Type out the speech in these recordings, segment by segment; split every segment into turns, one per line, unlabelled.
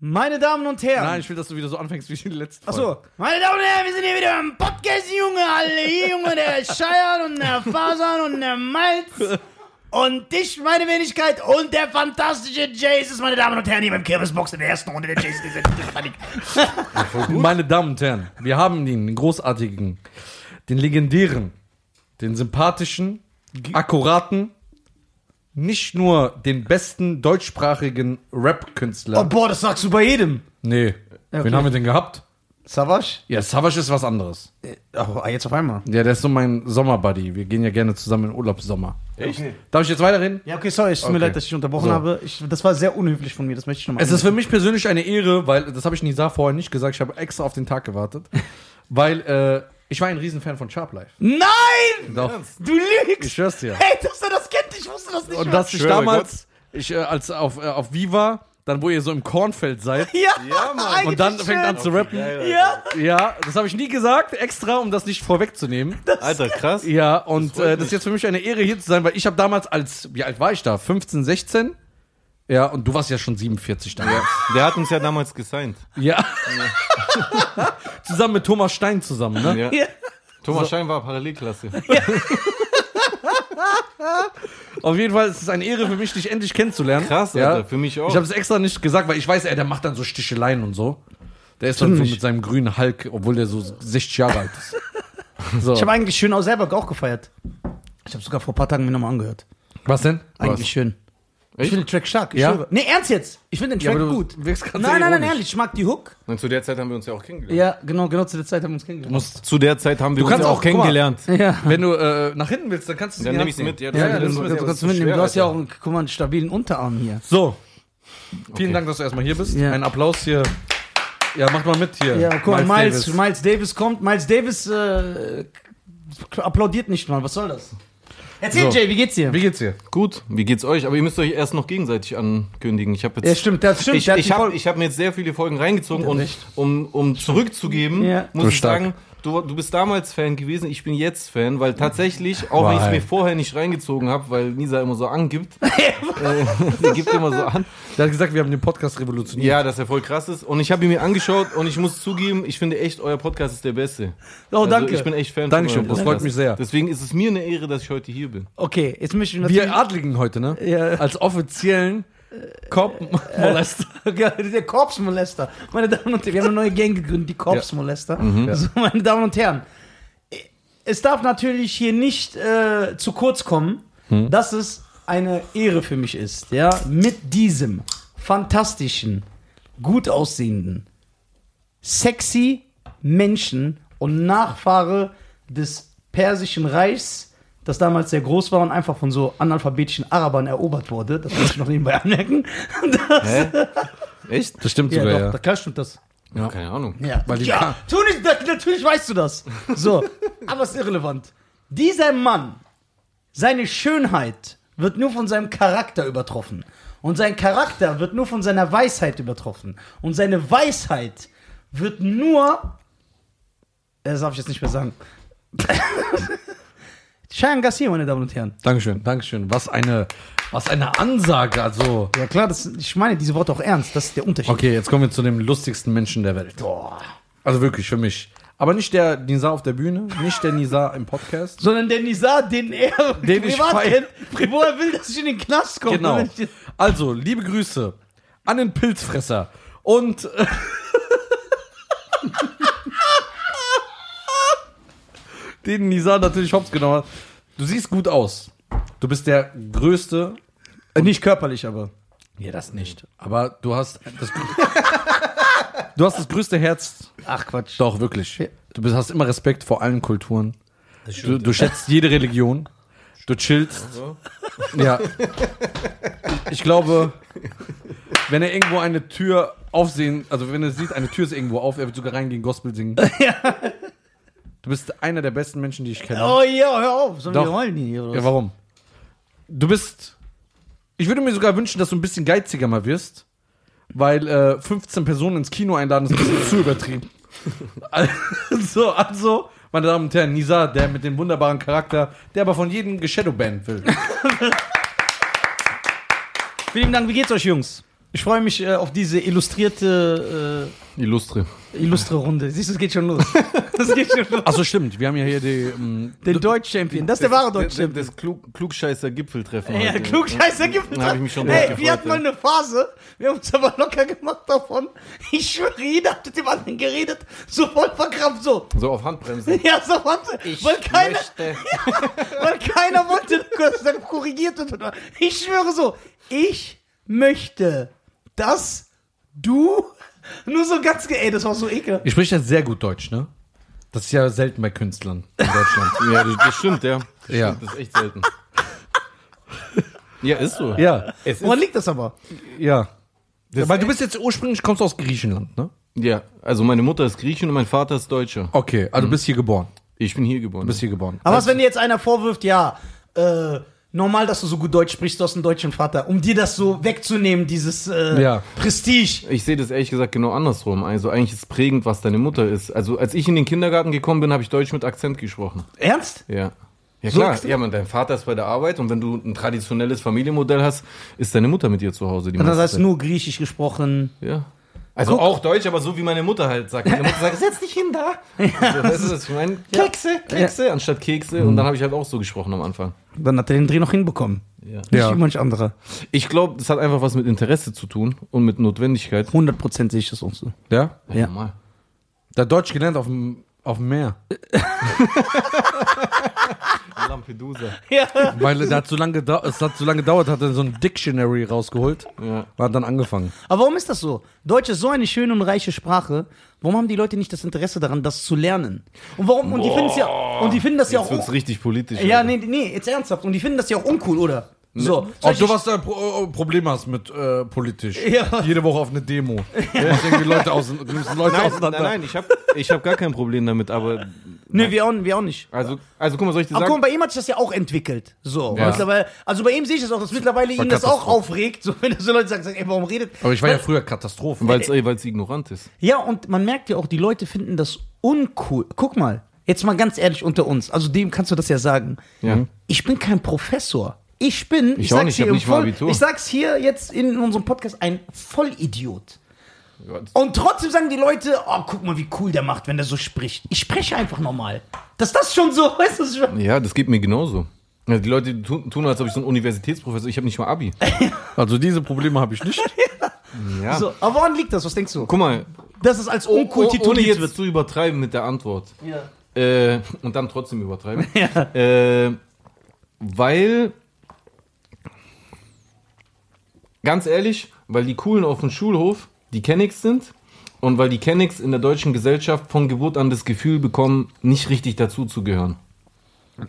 Meine Damen und Herren.
Nein, ich will, dass du wieder Ähm, so anfängst wie die letzte Folge.
Achso, meine Damen und Herren, wir sind hier wieder im Podcast, Junge, alle hier, Junge, der Scheiern und der Fasan und der Malz und dich, meine Wenigkeit, und der fantastische Jesus, meine Damen und Herren, hier beim Kirmesbox in der ersten Runde der Jesus. Diese Panik.
Meine Damen und Herren, wir haben ihn, den großartigen, den legendären, den sympathischen, akkuraten, nicht nur den besten deutschsprachigen
Oh
Rap-Künstler.
boah, das sagst du bei jedem.
Nee, wen haben wir denn gehabt?
Savage?
Ja, Savage ist was anderes.
Oh, jetzt auf einmal.
Ja, der ist so mein Sommerbuddy. Wir gehen ja gerne zusammen in Urlaub Sommer.
Echt? Okay.
Darf ich jetzt weiterreden?
Ja, okay, sorry, es tut mir
Okay.
leid, dass ich unterbrochen
So.
habe. Ich, das war sehr unhöflich von mir, das möchte ich nochmal.
Es ist für mich persönlich eine Ehre, weil, das habe ich Nisa vorher nicht gesagt, ich habe extra auf den Tag gewartet, weil äh, ich war ein Riesenfan von Sharp Life.
Nein!
Doch.
Du lügst!
Ich schwör's dir.
Hey, dass er das kennt, ich wusste das nicht.
Und
mehr.
dass ich
Schwöre
damals, ich, äh, als auf, äh, auf Viva, dann wo ihr so im Kornfeld seid,
ja,
Ja, Mann.
eigentlich
und dann fängt an
schön.
zu rappen.
Ja,
Ja, das habe ich nie gesagt, extra, um das nicht vorwegzunehmen.
Alter, krass.
Ja, und äh,
freut
das ist
mich.
jetzt für mich eine Ehre, hier zu sein, weil ich habe damals als, wie alt war ich da? 15, 16? Ja, und du warst ja schon 47 damals.
Der hat uns ja damals gesigned.
Ja. zusammen mit Thomas Stein zusammen, ne?
Ja.
Ja.
Thomas Schein war Parallelklasse.
Auf jeden Fall ist es eine Ehre für mich, dich endlich kennenzulernen.
Krass,
ja.
Alter, für mich auch.
Ich habe es extra nicht gesagt, weil ich weiß, er, der macht dann so Sticheleien und so. Der ist dann so mit seinem grünen Hulk, obwohl der so 60 Jahre alt ist. So.
Ich habe eigentlich schön auch selber auch gefeiert. Ich habe sogar vor ein paar Tagen mir nochmal angehört.
Was denn?
Eigentlich
Was?
schön. Ich finde den Track stark. Ich
Ja?
schwöre. Nee, ernst jetzt. Ich finde den
Ja,
Track
aber du
gut.
wirkst gerade
Nein,
sehr
nein, nein,
ironisch.
ehrlich. Ich mag die Hook.
Und zu der Zeit haben wir uns ja auch kennengelernt.
Ja, genau, genau zu der Zeit haben wir uns kennengelernt.
Musst,
Zu der Zeit haben wir
Du
uns
kannst
ja
auch-
auch kennengelernt.
Ja.
wenn du äh, nach hinten willst, dann kannst du es
Dann
in die
nehm ich's
Hand
mit, ja,
nehmen.
dann
ja, ja,
nimm
das
ich's
ist
mit,
mit.
ja.
Du
aber das
kannst
ist
mitnehmen. Du
schwer,
hast ja auch
Alter.
einen, guck mal, einen stabilen Unterarm hier.
So. Vielen Dank, dass du erstmal hier bist.
Ja.
Ein Applaus hier. Ja, mach mal mit hier.
Ja, guck mal, Miles,
Davis.
Miles Davis kommt. Miles Davis äh, applaudiert nicht mal. Was soll das? Erzähl,
So.
Jay, wie geht's dir?
Wie geht's dir?
Gut, wie geht's euch? Aber ihr müsst euch erst noch gegenseitig ankündigen. Ich habe jetzt.
ja, stimmt, das stimmt.
Ich,
der hat
ich
die
habe
Folge-
hab mir jetzt sehr viele Folgen reingezogen und
recht.
um, um zurückzugeben,
Ja.
muss
Du
ich
stark.
sagen, du, du bist damals Fan gewesen, ich bin jetzt Fan, weil tatsächlich, auch wenn ich es
Why?
mir vorher nicht reingezogen habe, weil Nisa immer so angibt, äh, sie gibt immer so an,
Der hat gesagt, wir haben den Podcast revolutioniert.
ja, dass er voll krass ist. Und ich habe ihn mir angeschaut und ich muss zugeben, ich finde echt, euer Podcast ist der beste.
Oh, danke.
also ich bin echt Fan
Dankeschön,
eurem
das freut
Podcast.
mich sehr.
Deswegen ist es mir eine Ehre, dass ich heute hier bin.
okay, jetzt möchte ich natürlich-
Wir Adligen heute, ne?
Ja.
Als offiziellen Kopfmolester.
Ja, Der Korpsmolester. Meine Damen und Herren, wir haben eine neue Gang gegründet, die Korpsmolester. So, meine Damen und Herren, es darf natürlich hier nicht äh, zu kurz kommen, dass es eine Ehre für mich ist, ja, mit diesem fantastischen, gut aussehenden, sexy Menschen und Nachfahre des persischen Reichs, das damals sehr groß war und einfach von so analphabetischen Arabern erobert wurde. Das muss ich noch nebenbei anmerken.
Hä? Echt?
Das stimmt
Ja,
sogar,
doch,
ja.
da- klar stimmt das.
Ja.
Keine Ahnung.
Ja,
Weil die
ja
Ka-
tu nicht, da- natürlich weißt du das. So, aber es ist irrelevant. Dieser Mann, seine Schönheit wird nur von seinem Charakter übertroffen. Und sein Charakter wird nur von seiner Weisheit übertroffen. Und seine Weisheit wird nur. Äh, Das darf ich jetzt nicht mehr sagen. Cheyenne Garcia, meine Damen und Herren.
Dankeschön, Dankeschön. Was eine, was eine Ansage. Also,
Ja, klar, das, ich meine diese Worte auch ernst. Das ist der Unterschied.
okay, jetzt kommen wir zu dem lustigsten Menschen der Welt.
Boah.
Also wirklich für mich. Aber nicht der Nisa auf der Bühne, nicht der Nisa im Podcast.
Sondern der Nizar, den er
Den ich feier.
kennt, wo er will, dass ich in den Knast komme.
Genau.
Wenn ich-
Also, liebe Grüße an den Pilzfresser und. äh, den Nisa natürlich hops genommen hat. Du siehst gut aus. Du bist der größte
Äh, Nicht körperlich, aber.
Ja, das nicht. Aber du hast das, du hast das größte Herz.
Ach Quatsch.
Doch, wirklich. Du bist, hast immer Respekt vor allen Kulturen. Du, du schätzt jede Religion. Du chillst. Ja. Ich glaube, wenn er irgendwo eine Tür aufsehen, also wenn er sieht, eine Tür ist irgendwo auf, er wird sogar reingehen, Gospel singen. Du bist einer der besten Menschen, die ich kenne.
Oh ja, hör auf, sollen
Doch.
wir rollen hier oder
Ja,
was?
warum? Du bist. Ich würde mir sogar wünschen, dass du ein bisschen geiziger mal wirst, weil äh, 15 Personen ins Kino einladen ist ein bisschen zu übertrieben. Also, also, meine Damen und Herren, Nisa, der mit dem wunderbaren Charakter, der aber von jedem geshadowbanned will.
Vielen Dank, wie geht's euch, Jungs? Ich freue mich äh, auf diese illustrierte,
Illustre.
äh, illustre Runde. Siehst du, es geht schon los. Das geht schon los.
Achso, stimmt. Wir haben ja hier die. ähm,
Den Deutsch-Champion. Das ist der wahre
Das,
Deutsch-Champion.
das Klug, Klugscheißer Gipfeltreffen.
Ja,
heute.
klugscheißer gibt
Da hab ich mich schon drauf
Ey,
gefreut,
wir hatten mal eine Phase, wir haben uns aber locker gemacht davon. Ich schwöre, jeder hat mit dem anderen geredet, so voll verkrampft, so.
So auf Handbremse.
Ja, so warte, weil keiner,
möchte.
weil keiner wollte, dass dann korrigiert wird. oder- Ich schwöre so, ich möchte, dass du nur so ganz, ge- ey, das war so ekelhaft.
Ihr spricht ja sehr gut Deutsch, ne? Das ist ja selten bei Künstlern in Deutschland.
Ja, das, das stimmt, ja. Das
Ja.
Stimmt, das ist echt selten. Ja, ist so.
ja,
Es ist,
Woran liegt das aber?
ja. Weil du bist jetzt ursprünglich, kommst aus Griechenland, ne?
ja, also meine Mutter ist Griechin und mein Vater ist Deutscher.
Okay, also du bist hier geboren.
Ich bin hier geboren.
Du bist hier geboren.
Aber was, wenn dir jetzt einer vorwirft, ja, äh, normal, dass du so gut Deutsch sprichst, du hast einen deutschen Vater, um dir das so wegzunehmen, dieses äh,
Ja.
Prestige.
Ich sehe das ehrlich gesagt genau andersrum. Also eigentlich ist prägend, was deine Mutter ist. Also als ich in den Kindergarten gekommen bin, habe ich Deutsch mit Akzent gesprochen.
Ernst?
Ja. Ja
So
klar,
extrem?
ja, man, dein Vater ist bei der Arbeit und wenn du ein traditionelles Familienmodell hast, ist deine Mutter mit dir zu Hause. Die
Und Also das
meiste
heißt
Zeit.
nur Griechisch gesprochen.
ja. Also
Guck.
auch Deutsch, aber so wie meine Mutter halt sagt. Meine Mutter sagt, setz dich hin da. Also, So, das ist es. Ich meine, Kekse, Kekse, anstatt Kekse.
Mhm.
Und dann habe ich halt auch so gesprochen am Anfang.
Dann hat er den Dreh noch hinbekommen.
Ja.
Nicht
Ja.
wie manch anderer.
Ich glaube, das hat einfach was mit Interesse zu tun und mit Notwendigkeit.
100% sehe ich das auch so.
Ja?
Ja.
normal.
Da Deutsch gelernt auf dem, auf dem Meer.
Ah.
Lampedusa.
Ja.
Weil es hat so lange, gedau- es hat so lange gedauert, hat er so ein Dictionary rausgeholt
Ja.
und hat dann angefangen.
Aber warum ist das so? Deutsch ist so eine schöne und reiche Sprache. Warum haben die Leute nicht das Interesse daran, das zu lernen? Und warum? Und die finden es ja. Und die finden das ja
Jetzt
auch.
wird's
un-
richtig politisch.
Ja,
Alter.
nee, nee, jetzt ernsthaft. Und die finden das ja auch uncool, oder? So. Zum
Ob
Beispiel-
du was da Pro äh, Problem hast mit äh, politisch.
Ja.
Jede Woche auf eine Demo. Du machst irgendwie Leute, aus, du nimmst Leute
Nein, nein,
auseinander.
nein, ich habe ich hab gar kein Problem damit, aber
Nee, wir auch, wir auch nicht.
also, also guck mal, soll ich dir
Aber
sagen?
guck mal, bei ihm hat sich das ja auch entwickelt. So.
Ja.
Mittlerweile, also bei ihm sehe ich das auch, dass mittlerweile ihn das auch
Katastrophe.
aufregt. So, wenn so Leute sagen, sagen, ey, warum redet.
Aber ich war ja früher Katastrophen.
Weil es ignorant ist.
Ja, und man merkt ja auch, die Leute finden das uncool. Guck mal, jetzt mal ganz ehrlich unter uns. Also dem kannst du das ja sagen.
Ja.
Ich bin kein Professor. Ich bin, ich,
auch
sag's
nicht, ich
hier
hab
im
nicht mal
Voll-
Abitur.
ich sag's hier jetzt in unserem Podcast, ein Vollidiot. Und trotzdem sagen die Leute, oh, guck mal, wie cool der macht, wenn der so spricht. Ich spreche einfach normal. Dass das schon so, weißt du, das ist schon
Ja, das geht mir genauso. Ja, die Leute tun, tun, als ob ich so ein Universitätsprofessor, ich habe nicht mal Abi.
Also diese Probleme habe ich nicht.
Ja.
so. Aber woran liegt das? Was denkst du?
Guck mal,
Dass es als
oh,
uncool
ohne
tituliert
jetzt
wird.
zu übertreiben mit der Antwort.
Ja.
Äh, und dann trotzdem übertreiben. Äh, weil, ganz ehrlich, weil die Coolen auf dem Schulhof die Kennex sind und weil die Kennex in der deutschen Gesellschaft von Geburt an das Gefühl bekommen, nicht richtig dazuzugehören.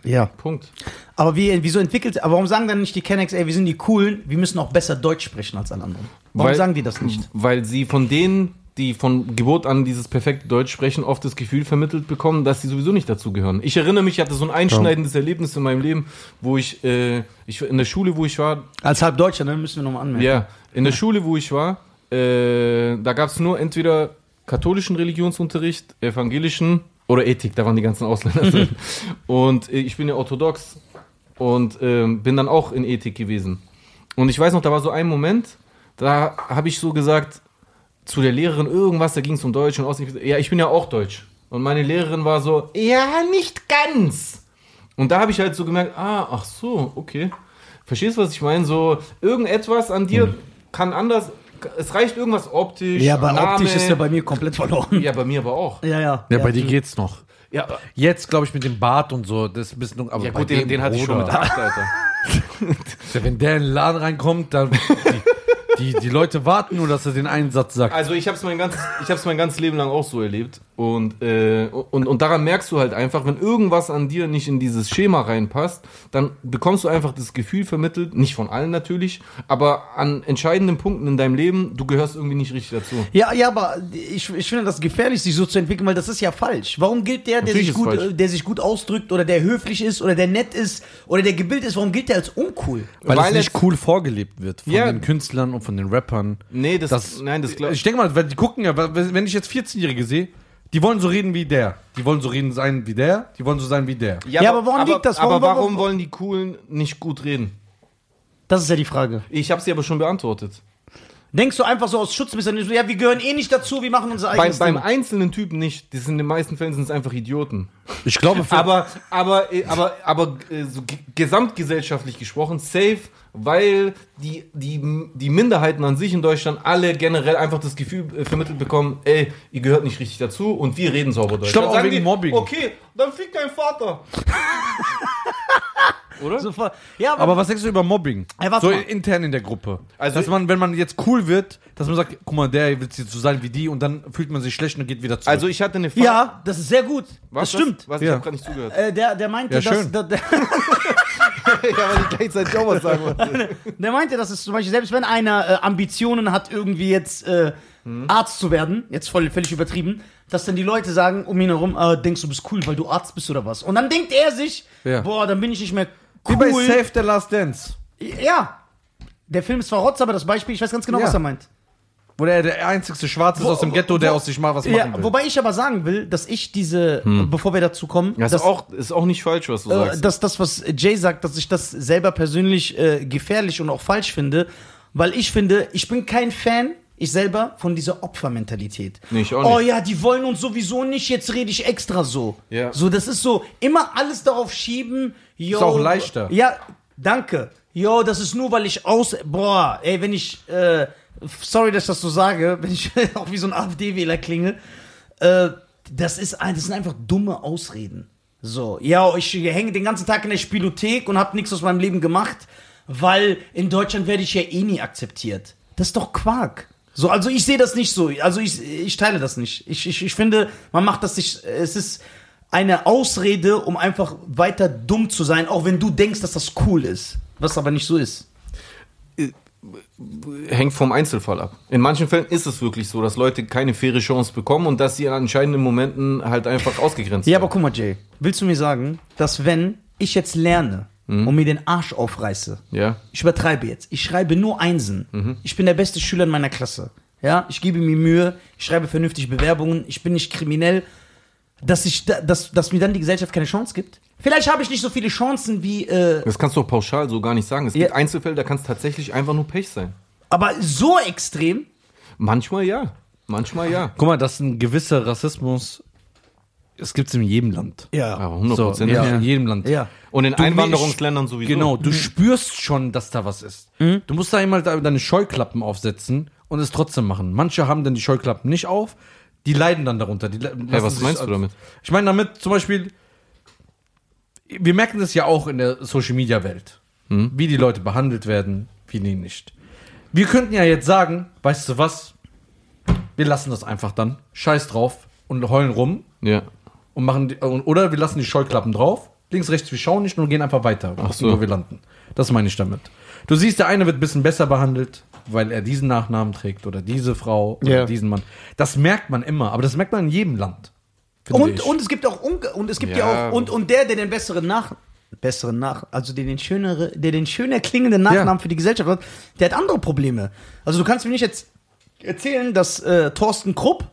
ja.
Punkt.
Aber wie, wieso entwickelt, aber warum sagen dann nicht die Kennex, ey, wir sind die Coolen, wir müssen auch besser Deutsch sprechen als alle anderen? Warum
Weil-
sagen die das nicht?
Weil sie von denen, die von Geburt an dieses perfekte Deutsch sprechen, oft das Gefühl vermittelt bekommen, dass sie sowieso nicht dazugehören. Ich erinnere mich, ich hatte so ein einschneidendes Erlebnis in meinem Leben, wo ich, äh, ich in der Schule, wo ich war,
Als halb Deutscher, ne, müssen wir nochmal anmerken.
ja, in der Schule, wo ich war, äh, da gab es nur entweder katholischen Religionsunterricht, evangelischen oder Ethik, da waren die ganzen Ausländer drin. Und äh, ich bin ja orthodox und ähm, bin dann auch in Ethik gewesen. Und ich weiß noch, da war so ein Moment, da habe ich so gesagt zu der Lehrerin irgendwas, da ging es um Deutsch und Ausländer. Ja, ich bin ja auch Deutsch. Und meine Lehrerin war so, ja, nicht ganz. Und da habe ich halt so gemerkt, ah, ach so, okay. Verstehst du, was ich meine? So, irgendetwas an dir kann anders. Es reicht irgendwas optisch.
Mhm. Ja, aber
Name.
optisch ist er bei mir komplett verloren.
Ja, bei mir aber auch.
Ja, ja.
Ja, bei dir geht's noch.
Ja,
Jetzt, glaube ich, mit dem Bart und so, das ist ein bisschen. Aber
ja
bei
gut, den,
dem,
den hatte ich schon mit
Bruder,
acht, Alter.
Wenn der in den Laden reinkommt, dann. Die, die, die Leute warten nur, dass er den einen Satz sagt.
Also ich habe es mein ganzes, ich hab's mein ganzes Leben lang auch so erlebt und, äh, und und daran merkst du halt einfach, wenn irgendwas an dir nicht in dieses Schema reinpasst, dann bekommst du einfach das Gefühl vermittelt, nicht von allen natürlich, aber an entscheidenden Punkten in deinem Leben, du gehörst irgendwie nicht richtig dazu.
Ja, ja, aber ich, ich finde das gefährlich, sich so zu entwickeln, weil das ist ja falsch. Warum gilt der, der
Natürlich
sich,
ist
gut,
falsch.
äh, der sich gut ausdrückt oder der höflich ist oder der nett ist oder der gebildet ist, warum gilt der als uncool?
Weil,
Weil
es nicht
es-
cool vorgelebt wird von
Ja.
den Künstlern und von den Rappern.
Nee, das, nein, das glaube
Ich
ich.
denke mal, weil die gucken ja, weil- wenn ich jetzt 14-Jährige sehe, die wollen so reden wie der. Die wollen so reden sein wie der. Die wollen so sein wie der.
Ja, aber woran liegt das?
aber
Warum-
warum,
warum-
wollen die Coolen nicht gut reden?
Das ist ja die Frage.
Ich habe sie aber schon beantwortet.
Denkst du einfach so aus Schutz, bist dann so, ja, wir gehören eh nicht dazu, wir machen unser
Bei,
eigenes
beim
Ding.
einzelnen Typen nicht. Die sind in den meisten Fällen sind es einfach Idioten.
Ich glaube, für,
Aber, aber, äh, aber, aber äh, so ge- gesamtgesellschaftlich gesprochen, safe, weil die, die, die Minderheiten an sich in Deutschland alle generell einfach das Gefühl äh, vermittelt bekommen, ey, ihr gehört nicht richtig dazu und wir reden sauber Deutsch.
Ich glaub,
Dann
auch
sagen
wegen
die,
Mobbing.
Okay, dann fick dein Vater.
So voll- ja, aber,
aber was denkst du über Mobbing?
Ey, warte
so
mal.
intern in der Gruppe.
Also-
dass man, wenn man jetzt cool wird, dass man sagt, guck mal, der will jetzt so sein wie die und dann fühlt man sich schlecht und geht wieder zurück.
Also ich hatte eine Frage.
ja, das ist sehr gut.
was,
das stimmt.
Was, was,
Ja.
Ich hab grad nicht zugehört.
Äh, der, der meinte,
Ja,
dass,
schön.
der, der,
ja, weil ich gleichzeitig auch was sagen wollte.
der meinte, dass es zum Beispiel, selbst wenn einer äh, Ambitionen hat, irgendwie jetzt äh,
Hm.
Arzt zu werden, jetzt voll, völlig übertrieben, dass dann die Leute sagen um ihn herum, äh, denkst du bist cool, weil du Arzt bist oder was. Und dann denkt er sich,
Ja.
boah, dann bin ich nicht mehr
wie
cool.
bei Save the Last Dance,
Ja. Der Film ist verrotzt, aber das Beispiel, ich weiß ganz genau,
Ja.
was er meint.
wo der der einzigste Schwarze ist aus dem Ghetto, der aus sich mal was
Ja,
machen will. Hm.
wobei ich aber sagen will, dass ich diese, bevor wir dazu kommen,
Das,
dass,
ist, auch, ist auch nicht falsch, was du
äh,
sagst.
dass das, was Jay sagt, dass ich das selber persönlich äh, gefährlich und auch falsch finde, weil ich finde, ich bin kein Fan, ich selber, von dieser Opfermentalität.
Nee, ich auch
Oh
nicht.
ja, die wollen uns sowieso nicht, jetzt rede ich extra so.
Ja.
So, das ist so, immer alles darauf schieben. Yo,
auch leichter.
Ja, danke. Jo, das ist nur, weil ich aus. Boah, ey, wenn ich. Äh, sorry, dass ich das so sage, wenn ich auch wie so ein AfD-Wähler klinge. Äh, das, ist, ein- das sind einfach dumme Ausreden. So, ja, ich hänge den ganzen Tag in der Spielothek und habe nichts aus meinem Leben gemacht, weil in Deutschland werde ich ja eh nie akzeptiert. Das ist doch Quark. So, also ich sehe das nicht so. Also ich, ich teile das nicht. Ich, ich, ich finde, man macht das nicht. Es ist eine Ausrede, um einfach weiter dumm zu sein, auch wenn du denkst, dass das cool ist. Was aber nicht so ist.
hängt vom Einzelfall ab. In manchen Fällen ist es wirklich so, dass Leute keine faire Chance bekommen und dass sie in entscheidenden Momenten halt einfach ausgegrenzt
Ja,
werden.
aber guck mal, Jay, willst du mir sagen, dass wenn ich jetzt lerne und mir den Arsch aufreiße,
Ja.
ich übertreibe jetzt, ich schreibe nur Einsen, ich bin der beste Schüler in meiner Klasse, ja, ich gebe mir Mühe, ich schreibe vernünftig Bewerbungen, ich bin nicht kriminell, dass, ich, da- dass, dass mir dann die Gesellschaft keine Chance gibt? Vielleicht habe ich nicht so viele Chancen wie äh,
Das kannst du auch pauschal so gar nicht sagen. Es
Ja.
gibt Einzelfälle, da kann es tatsächlich einfach nur Pech sein.
Aber so extrem?
Manchmal ja. Manchmal ja.
Guck mal, das ist ein gewisser Rassismus. Es gibt es in jedem Land.
Ja.
Aber 100
So,
Prozent.
ja, in jedem Land.
Ja.
Und in
Du-
Einwanderungsländern sowieso. Mhm.
Genau, du spürst schon, dass da was ist. Du musst da einmal da- deine Scheuklappen aufsetzen und es trotzdem machen. Manche haben dann die Scheuklappen nicht auf, die leiden dann darunter. Die, hey,
was meinst du damit?
Ich meine damit zum Beispiel, wir merken das ja auch in der Social-Media-Welt,
Mhm.
wie die Leute behandelt werden, wie die nicht. Wir könnten ja jetzt sagen, weißt du was, wir lassen das einfach dann, scheiß drauf und heulen rum
Ja.
und machen die, und- oder wir lassen die Scheuklappen drauf. Links, rechts, wir schauen nicht und gehen einfach weiter, gucken,
so.
wo wir landen. Das meine ich damit. Du siehst, der eine wird ein bisschen besser behandelt, weil er diesen Nachnamen trägt oder diese Frau oder
Ja.
diesen Mann. Das merkt man immer, aber das merkt man in jedem Land. finde
Und,
ich.
und es gibt auch unge und es gibt ja,
Ja.
auch und, und der, der den besseren Nach besseren Nach also der den schönere der den schöner klingenden Nachnamen
Ja.
für die Gesellschaft hat, der hat andere Probleme. Also du kannst mir nicht jetzt erzählen, dass äh, Thorsten Krupp,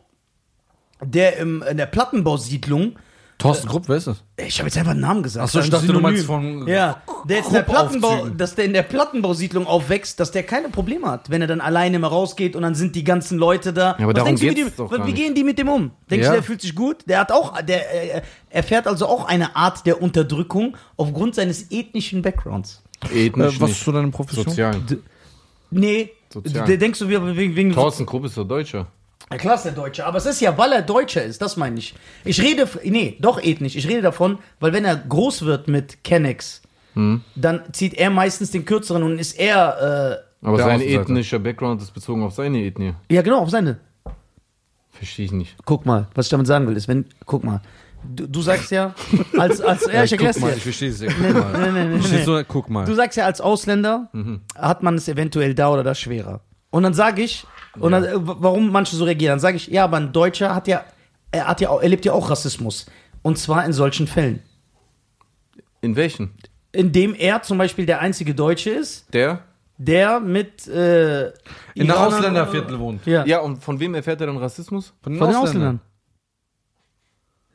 der im, in der Plattenbausiedlung
Thorsten Grupp, wer ist das?
ich habe jetzt einfach einen Namen gesagt.
Ach so, ich
Ein
dachte, du meinst
Synonym.
von äh,
Ja, der jetzt in der
Gruppaufzügen.
Plattenbau, dass der in der Plattenbausiedlung aufwächst, dass der keine Probleme hat, wenn er dann alleine mal rausgeht und dann sind die ganzen Leute da.
aber
Was
darum
denkst du, wie
geht's
die,
doch
wie
gar nicht.
gehen die mit dem um? Denkst
Ja.
du, der fühlt sich gut? Der hat auch, der äh, erfährt also auch eine Art der Unterdrückung aufgrund seines ethnischen Backgrounds.
Äh,
Ethnisch
was
nicht.
ist zu deiner Profession?
Sozial.
Nee,
Sozial.
der denkst du, wir wegen, wegen
Thorsten Krupp ist doch Deutscher.
Ja, klar ist er Deutscher, aber es ist ja, weil er Deutscher ist, das meine ich. Ich rede, f- nee, doch ethnisch, ich rede davon, weil wenn er groß wird mit Kennex,
Hm.
dann zieht er meistens den Kürzeren und ist er,
Aber
Der
sein
Außenseiter.
ethnischer Background ist bezogen auf seine Ethnie.
äh, ja genau, auf seine.
Verstehe ich nicht.
Guck mal, was ich damit sagen will, ist, wenn, guck mal, du, du sagst ja, als, als, ja, ich erklär's
guck mal,
dir.
ich verstehe es ja. Guck
Nee,
mal.
nee, nee,
Ich
nee.
verstehe so, guck mal.
Du sagst ja, als Ausländer
Mhm.
hat man es eventuell da oder da schwerer. Und dann sage ich, und dann, äh, w- warum manche so reagieren, dann sage ich, ja, aber ein Deutscher hat ja, er hat ja, auch- erlebt ja auch Rassismus. Und zwar in solchen Fällen.
In welchen?
Indem er zum Beispiel der einzige Deutsche ist,
Der?
der mit äh,
in einem
Iranern-
Ausländerviertel wohnt.
Ja,
Ja, und von wem erfährt er dann Rassismus?
von den Ausländern.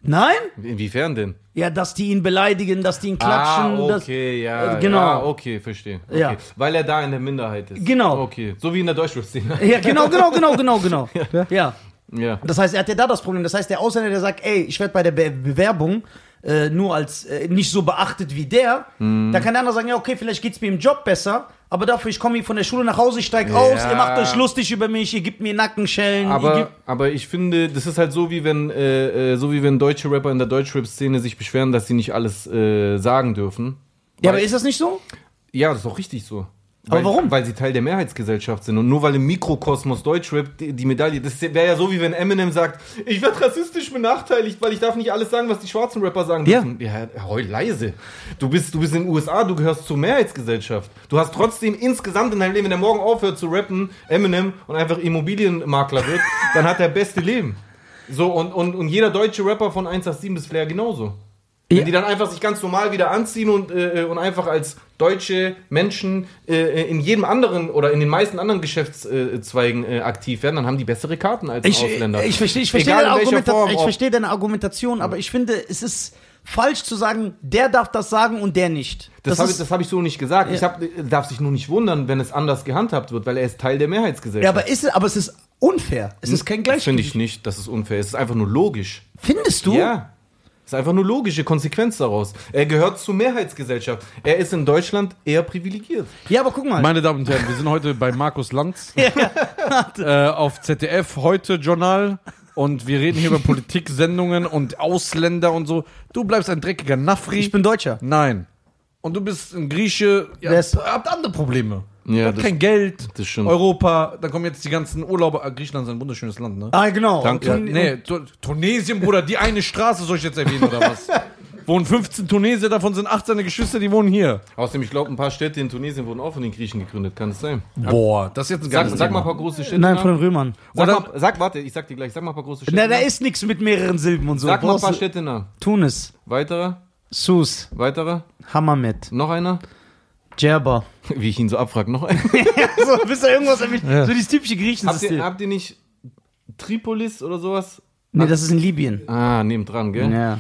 Nein?
Inwiefern denn?
Ja, dass die ihn beleidigen, dass die ihn klatschen.
ah,
dass-
okay, ja.
äh, genau.
Ja, okay, verstehe. Okay.
Ja.
Weil er da in der Minderheit ist.
Genau.
Okay, so wie in der Deutschland-Szene.
Ja, genau, genau, genau, genau, genau. Ja.
Ja.
Das heißt, er hat ja da das Problem. Das heißt, der Ausländer, der sagt, ey, ich werde bei der Be Bewerbung äh, nur als äh, nicht so beachtet wie der, da kann der andere sagen, ja, okay, vielleicht geht's mir im Job besser, aber dafür, ich komme hier von der Schule nach Hause, ich steig aus, ihr macht euch lustig über mich, ihr gebt mir Nackenschellen, ihr
Aber,
gebt,
aber ich finde, das ist halt so wie wenn äh, äh, so wie wenn deutsche Rapper in der Deutschrap-Szene sich beschweren, dass sie nicht alles äh, sagen dürfen.
Ja,
Weil-
aber ist das nicht so?
Ja, das ist doch richtig so.
Aber
weil,
warum?
Weil sie Teil der Mehrheitsgesellschaft sind. Und nur weil im Mikrokosmos Deutschrap die, die Medaille, das wäre ja so, wie wenn Eminem sagt, ich werde rassistisch benachteiligt, weil ich darf nicht alles sagen, was die schwarzen Rapper sagen
Ja.
dürfen. Ja, heul leise. Du bist, du bist in den USA, du gehörst zur Mehrheitsgesellschaft. Du hast trotzdem insgesamt in deinem Leben, wenn er morgen aufhört zu rappen, Eminem, und einfach Immobilienmakler wird, dann hat er beste Leben. So, und, und, und jeder deutsche Rapper von 187 bis Flair genauso. Wenn
Ja.
die dann einfach sich ganz normal wieder anziehen und, äh, und einfach als deutsche Menschen äh, in jedem anderen oder in den meisten anderen Geschäftszweigen äh, aktiv werden, dann haben die bessere Karten als ein
Ich,
Ausländer.
ich, verstehe, ich, verstehe
Egal
deine
in welcher
Argumenta-
Form,
ich
ob-
verstehe deine Argumentation, aber ich finde, es ist falsch zu sagen, der darf das sagen und der nicht.
Das, habe ich-
ist,
das habe ich so nicht gesagt. Ich hab, äh, darf sich nur nicht wundern, wenn es anders gehandhabt wird, weil er ist Teil der Mehrheitsgesellschaft.
ja, aber, ist, es- aber es ist unfair. Es ist kein
Das Finde
Gleichgewicht.
ich nicht, das ist unfair. Es ist einfach nur logisch.
Findest du?
Ja. Ist einfach nur logische Konsequenz daraus. Er gehört zur Mehrheitsgesellschaft. Er ist in Deutschland eher privilegiert.
ja, aber guck mal.
Meine Damen und Herren, wir sind heute bei Markus Lanz äh, auf ZDF heute Journal und wir reden hier über Politiksendungen und Ausländer und so. Du bleibst ein dreckiger Nafri.
ich bin Deutscher.
Nein. Und du bist ein Grieche, ja,
Wer ist-
habt andere Probleme.
Ja,
Ihr habt
das-
kein Geld,
das stimmt.
Europa, dann kommen jetzt die ganzen Urlauber. Ah, Griechenland ist ein wunderschönes Land, ne?
Ah, genau.
Danke.
Ja,
Und-
nee, Tu- Tunesien, Bruder, die eine Straße soll ich jetzt erwähnen, oder was? Wohnen 15 Tunesier, davon sind 8 seine Geschwister, die wohnen hier.
Außerdem, ich glaube, ein paar Städte in Tunesien wurden auch von den Griechen gegründet. Kann es sein?
Boah, das ist jetzt ein
Sag,
ganzes
sag
Thema.
mal ein paar große Städte.
Nein,
nach.
von den Römern.
sag,
Oder-
mal, sag, warte, ich sag dir gleich. Sag mal ein paar große Städte.
Na, da
nach.
ist nichts mit mehreren Silben und so.
sag mal ein
Brauchst
paar
du-
Städte nach.
Tunis,
Weiterer,
Sus,
weiterer,
Hammamet,
noch einer.
Djerba.
Wie ich ihn so abfrage, noch einer.
so, bist du irgendwas erwischt?
Ja.
So dieses typische
habt, ihr,
Griechensystem.
habt ihr nicht Tripolis oder sowas?
Nee, das ist in Libyen.
Ah, nebendran, gell? Ja,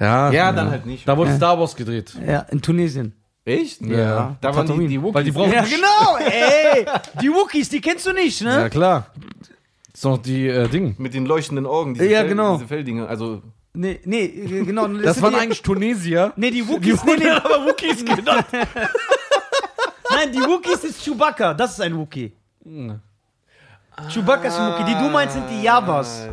Ja.
Ja,
dann halt nicht.
Da wurde Star Wars gedreht.
Ja, in Tunesien.
Echt?
Ja.
Da waren die,
Tatooine.
die Wookies.
Weil die brauchen-
Ja, genau, ey. Die Wookies, die kennst du nicht,
Ja,
ne?
klar. Das ist noch die äh, Ding.
mit den leuchtenden Augen, diese,
Ja,
Fel-
genau.
diese Feldinge. Also,
Nee, nee, äh, genau.
Das
sind
waren
die-
eigentlich Tunesier.
Nee, die Wookies, nee, nee. aber Wookies genau. genannt. Nein, die Wookies ist Chewbacca. Das ist ein Wookie. Hm. Chewbacca ist ein Wookie. Die du meinst, sind die Javas.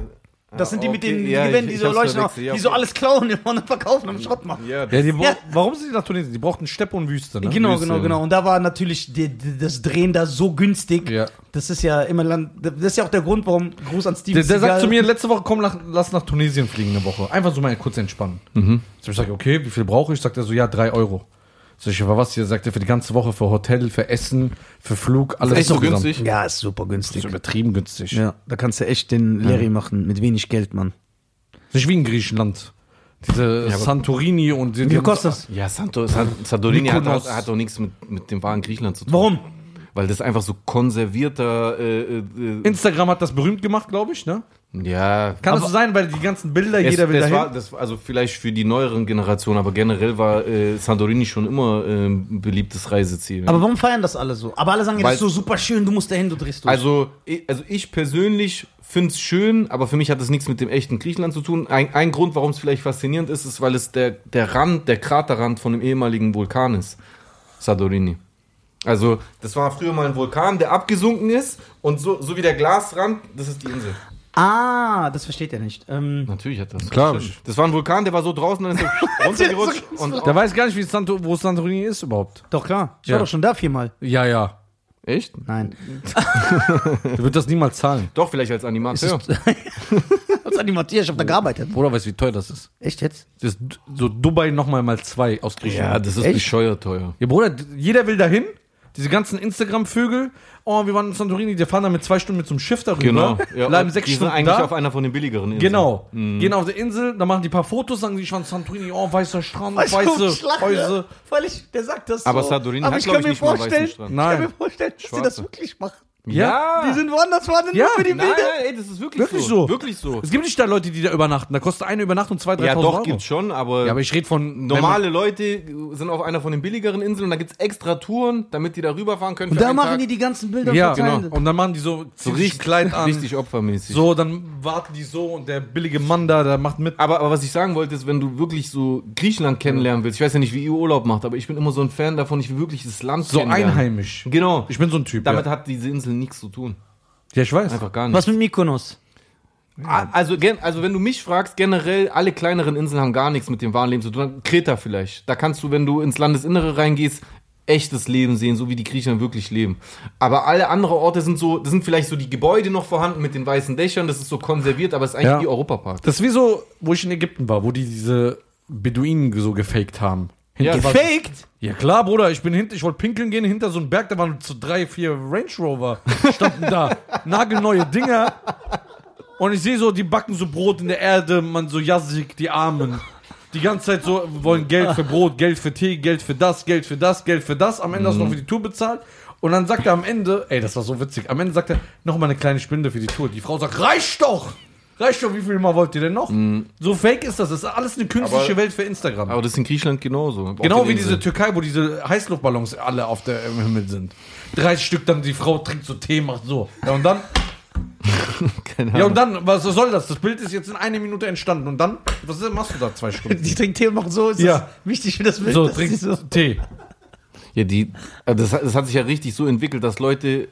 Das sind die mit den
Ah. ja,
Gewinnen,
ich-
die
ich
so
hab's
leuchten,
verwechselt, ja,
die so
okay.
alles klauen immer und dann verkaufen am Schrott machen.
Ja,
Ja, die, bra-
Ja.
Warum sind die nach Tunesien? Die brauchten Steppe und Wüste, ne?
Genau,
Wüste,
genau,
ja.
genau. Und da war natürlich die, die, das Drehen da so günstig.
Ja.
Das ist ja immer Land. Das ist ja auch der Grund, warum Gruß an Steven
Der, der
Seagal-
sagt zu mir, letzte Woche, komm, lach, lass nach Tunesien fliegen eine Woche. Einfach so mal kurz entspannen. Mhm. So, ich sage, okay, wie viel brauche ich? Sagt er so, ja, drei Euro. Sag ich, aber was hier? Sagt er, für die ganze Woche, für Hotel, für Essen, für Flug, alles
ist echt so
zusammen.
günstig.
Ja, ist super
Das ist
günstig.
übertrieben günstig.
Ja, da kannst du echt den Larry machen mit wenig Geld, Mann.
Nicht wie in Griechenland. Diese Santorini und... Die,
Wie viel kostet das?
Ja, Santo, San, Santorini hat,
Mykonos.
hat, hat auch nichts mit, mit dem wahren Griechenland zu tun.
Warum?
Weil das einfach so konservierter. Äh, äh, äh,
Instagram hat das berühmt gemacht, glaube ich, ne?
ja.
Kann das so sein, weil die ganzen Bilder,
Es,
jeder will
das
dahin.
war, das, war- also vielleicht für die neueren Generationen, aber generell war äh, Santorini schon immer äh, ein beliebtes Reiseziel.
Aber warum feiern das alle so? Aber alle sagen, ja, das ist so
Weil-
super schön, du musst dahin, du drehst durch.
Also, ich, also ich persönlich finde es schön, aber für mich hat es nichts mit dem echten Griechenland zu tun. Ein, ein Grund, warum es vielleicht faszinierend ist, ist, weil es der, der Rand, der Kraterrand von dem ehemaligen Vulkan ist. Santorini. Also, das war früher mal ein Vulkan, der abgesunken ist und so, so wie der Glasrand, das ist die Insel.
ah, das versteht er nicht. Ähm,
Natürlich hat das.
Klar.
Stimmt. Das war ein Vulkan, der war so draußen, dann ist er runtergerutscht und
Der weiß gar nicht, wie Santo, wo Santorini ist überhaupt.
doch klar, ich
Ja.
war doch schon da viermal.
Ja, ja.
Echt?
Nein.
Der wird das niemals zahlen.
Doch, vielleicht als Animateur.
Als Animateur, ich hab da gearbeitet.
Bruder weiß, wie teuer das ist.
Echt jetzt?
Das ist d- so Dubai nochmal mal zwei aus Griechenland.
Ja, das ist
Echt?
bescheuert teuer.
Ja, Bruder, d- jeder will dahin. Diese ganzen Instagram-Vögel. Oh, wir waren in Santorini, die fahren dann mit zwei Stunden mit so einem Schiff darüber.
Genau. Ja,
bleiben
und
sechs
die sind
Stunden
eigentlich
da.
auf einer von den billigeren Inseln.
Genau. Gehen auf der Insel, dann machen die ein paar Fotos, sagen die, ich war in Santorini, oh, weißer Strand,
Weißt du,
weiße
Schlacht, ne?
Häuser.
Weil ich, der sagt das
Aber
so.
Santorini
aber
hat,
ich
glaub
kann
ich,
mir
nicht mal einen weißen
vorstellen, ich
Strand.
kann mir
Nein.
vorstellen, dass sie
Schwarze.
das wirklich machen.
Ja.
Die sind woanders vorne
Ja,
nur für die
Nein,
Bilder.
nein, ey, das ist wirklich,
Wirklich
so.
so.
Wirklich so.
Es gibt nicht da Leute, die da übernachten. Da kostet eine Übernachtung 2.000, 3.000
Ja,
Euro.
doch, gibt's schon, aber,
Ja, aber ich rede von
normale Leute sind auf einer von den billigeren Inseln und da gibt's extra Touren, damit die da rüberfahren können.
Und
für
da
einen
machen
Tag.
die die ganzen Bilder
Wenn man, ja,
verteilen.
genau. Und dann machen die so,
so
ziehen sich
richtig
Kleid an.
Richtig opfermäßig.
So, dann warten die so und der billige Mann da, der macht mit.
Aber, aber was ich sagen wollte, ist, wenn du wirklich so Griechenland kennenlernen willst, ich weiß ja nicht, wie ihr Urlaub macht, aber ich bin immer so ein Fan davon, ich will wirklich das Land
So
kennenlernen.
einheimisch.
Genau.
Ich bin so ein Typ.
Damit
ja.
hat diese Insel nichts zu tun.
ja, ich weiß.
Einfach gar nicht.
Was mit Mykonos?
Ah, Also, gen- also wenn du mich fragst, generell alle kleineren Inseln haben gar nichts mit dem wahren Leben zu tun. Kreta vielleicht. Da kannst du, wenn du ins Landesinnere reingehst, echtes Leben sehen, so wie die Griechen wirklich leben. Aber alle anderen Orte sind so, das sind vielleicht so die Gebäude noch vorhanden mit den weißen Dächern, das ist so konserviert, aber es ist eigentlich
Ja.
wie Europapark.
Das ist wie so, wo ich in Ägypten war, wo die diese Beduinen so gefaked haben. Hinter
Ja.
was-
Faked?
ja klar, Bruder, ich bin hinter, ich wollte pinkeln gehen, hinter so einem Berg, da waren so drei, vier Range Rover, standen da, nagelneue Dinger. Und ich sehe so, die backen so Brot in der Erde, man so jassig, die Armen. Die ganze Zeit so, wollen Geld für Brot, Geld für Tee, Geld für das, Geld für das, Geld für das. Am Ende
Mhm.
hast du noch für die Tour bezahlt. Und dann sagt er am Ende, ey, das war so witzig, am Ende sagt er, noch mal eine kleine Spende für die Tour. Die Frau sagt, reicht doch! Reicht doch, wie viel mal wollt ihr denn noch? So fake ist das, das ist alles eine künstliche
Mhm. Aber-
Welt für Instagram.
Aber das ist in Griechenland genauso. Auf
Genau
den
wie diese
Inseln.
Türkei, wo diese Heißluftballons alle auf der im Himmel sind. 30 Stück, dann die Frau trinkt so Tee, macht so. Ja und dann,
Keine
ja
Ahnung.
und dann, was soll das? Das Bild ist jetzt in einer Minute entstanden und dann, was ist- machst du da zwei Stunden?
Die trinkt Tee und macht so. Ist
Ja.
das wichtig für das Bild.
So,
dass die
trinkst Tee.
Ja, die, also das, hat- das hat sich ja richtig so entwickelt, dass Leute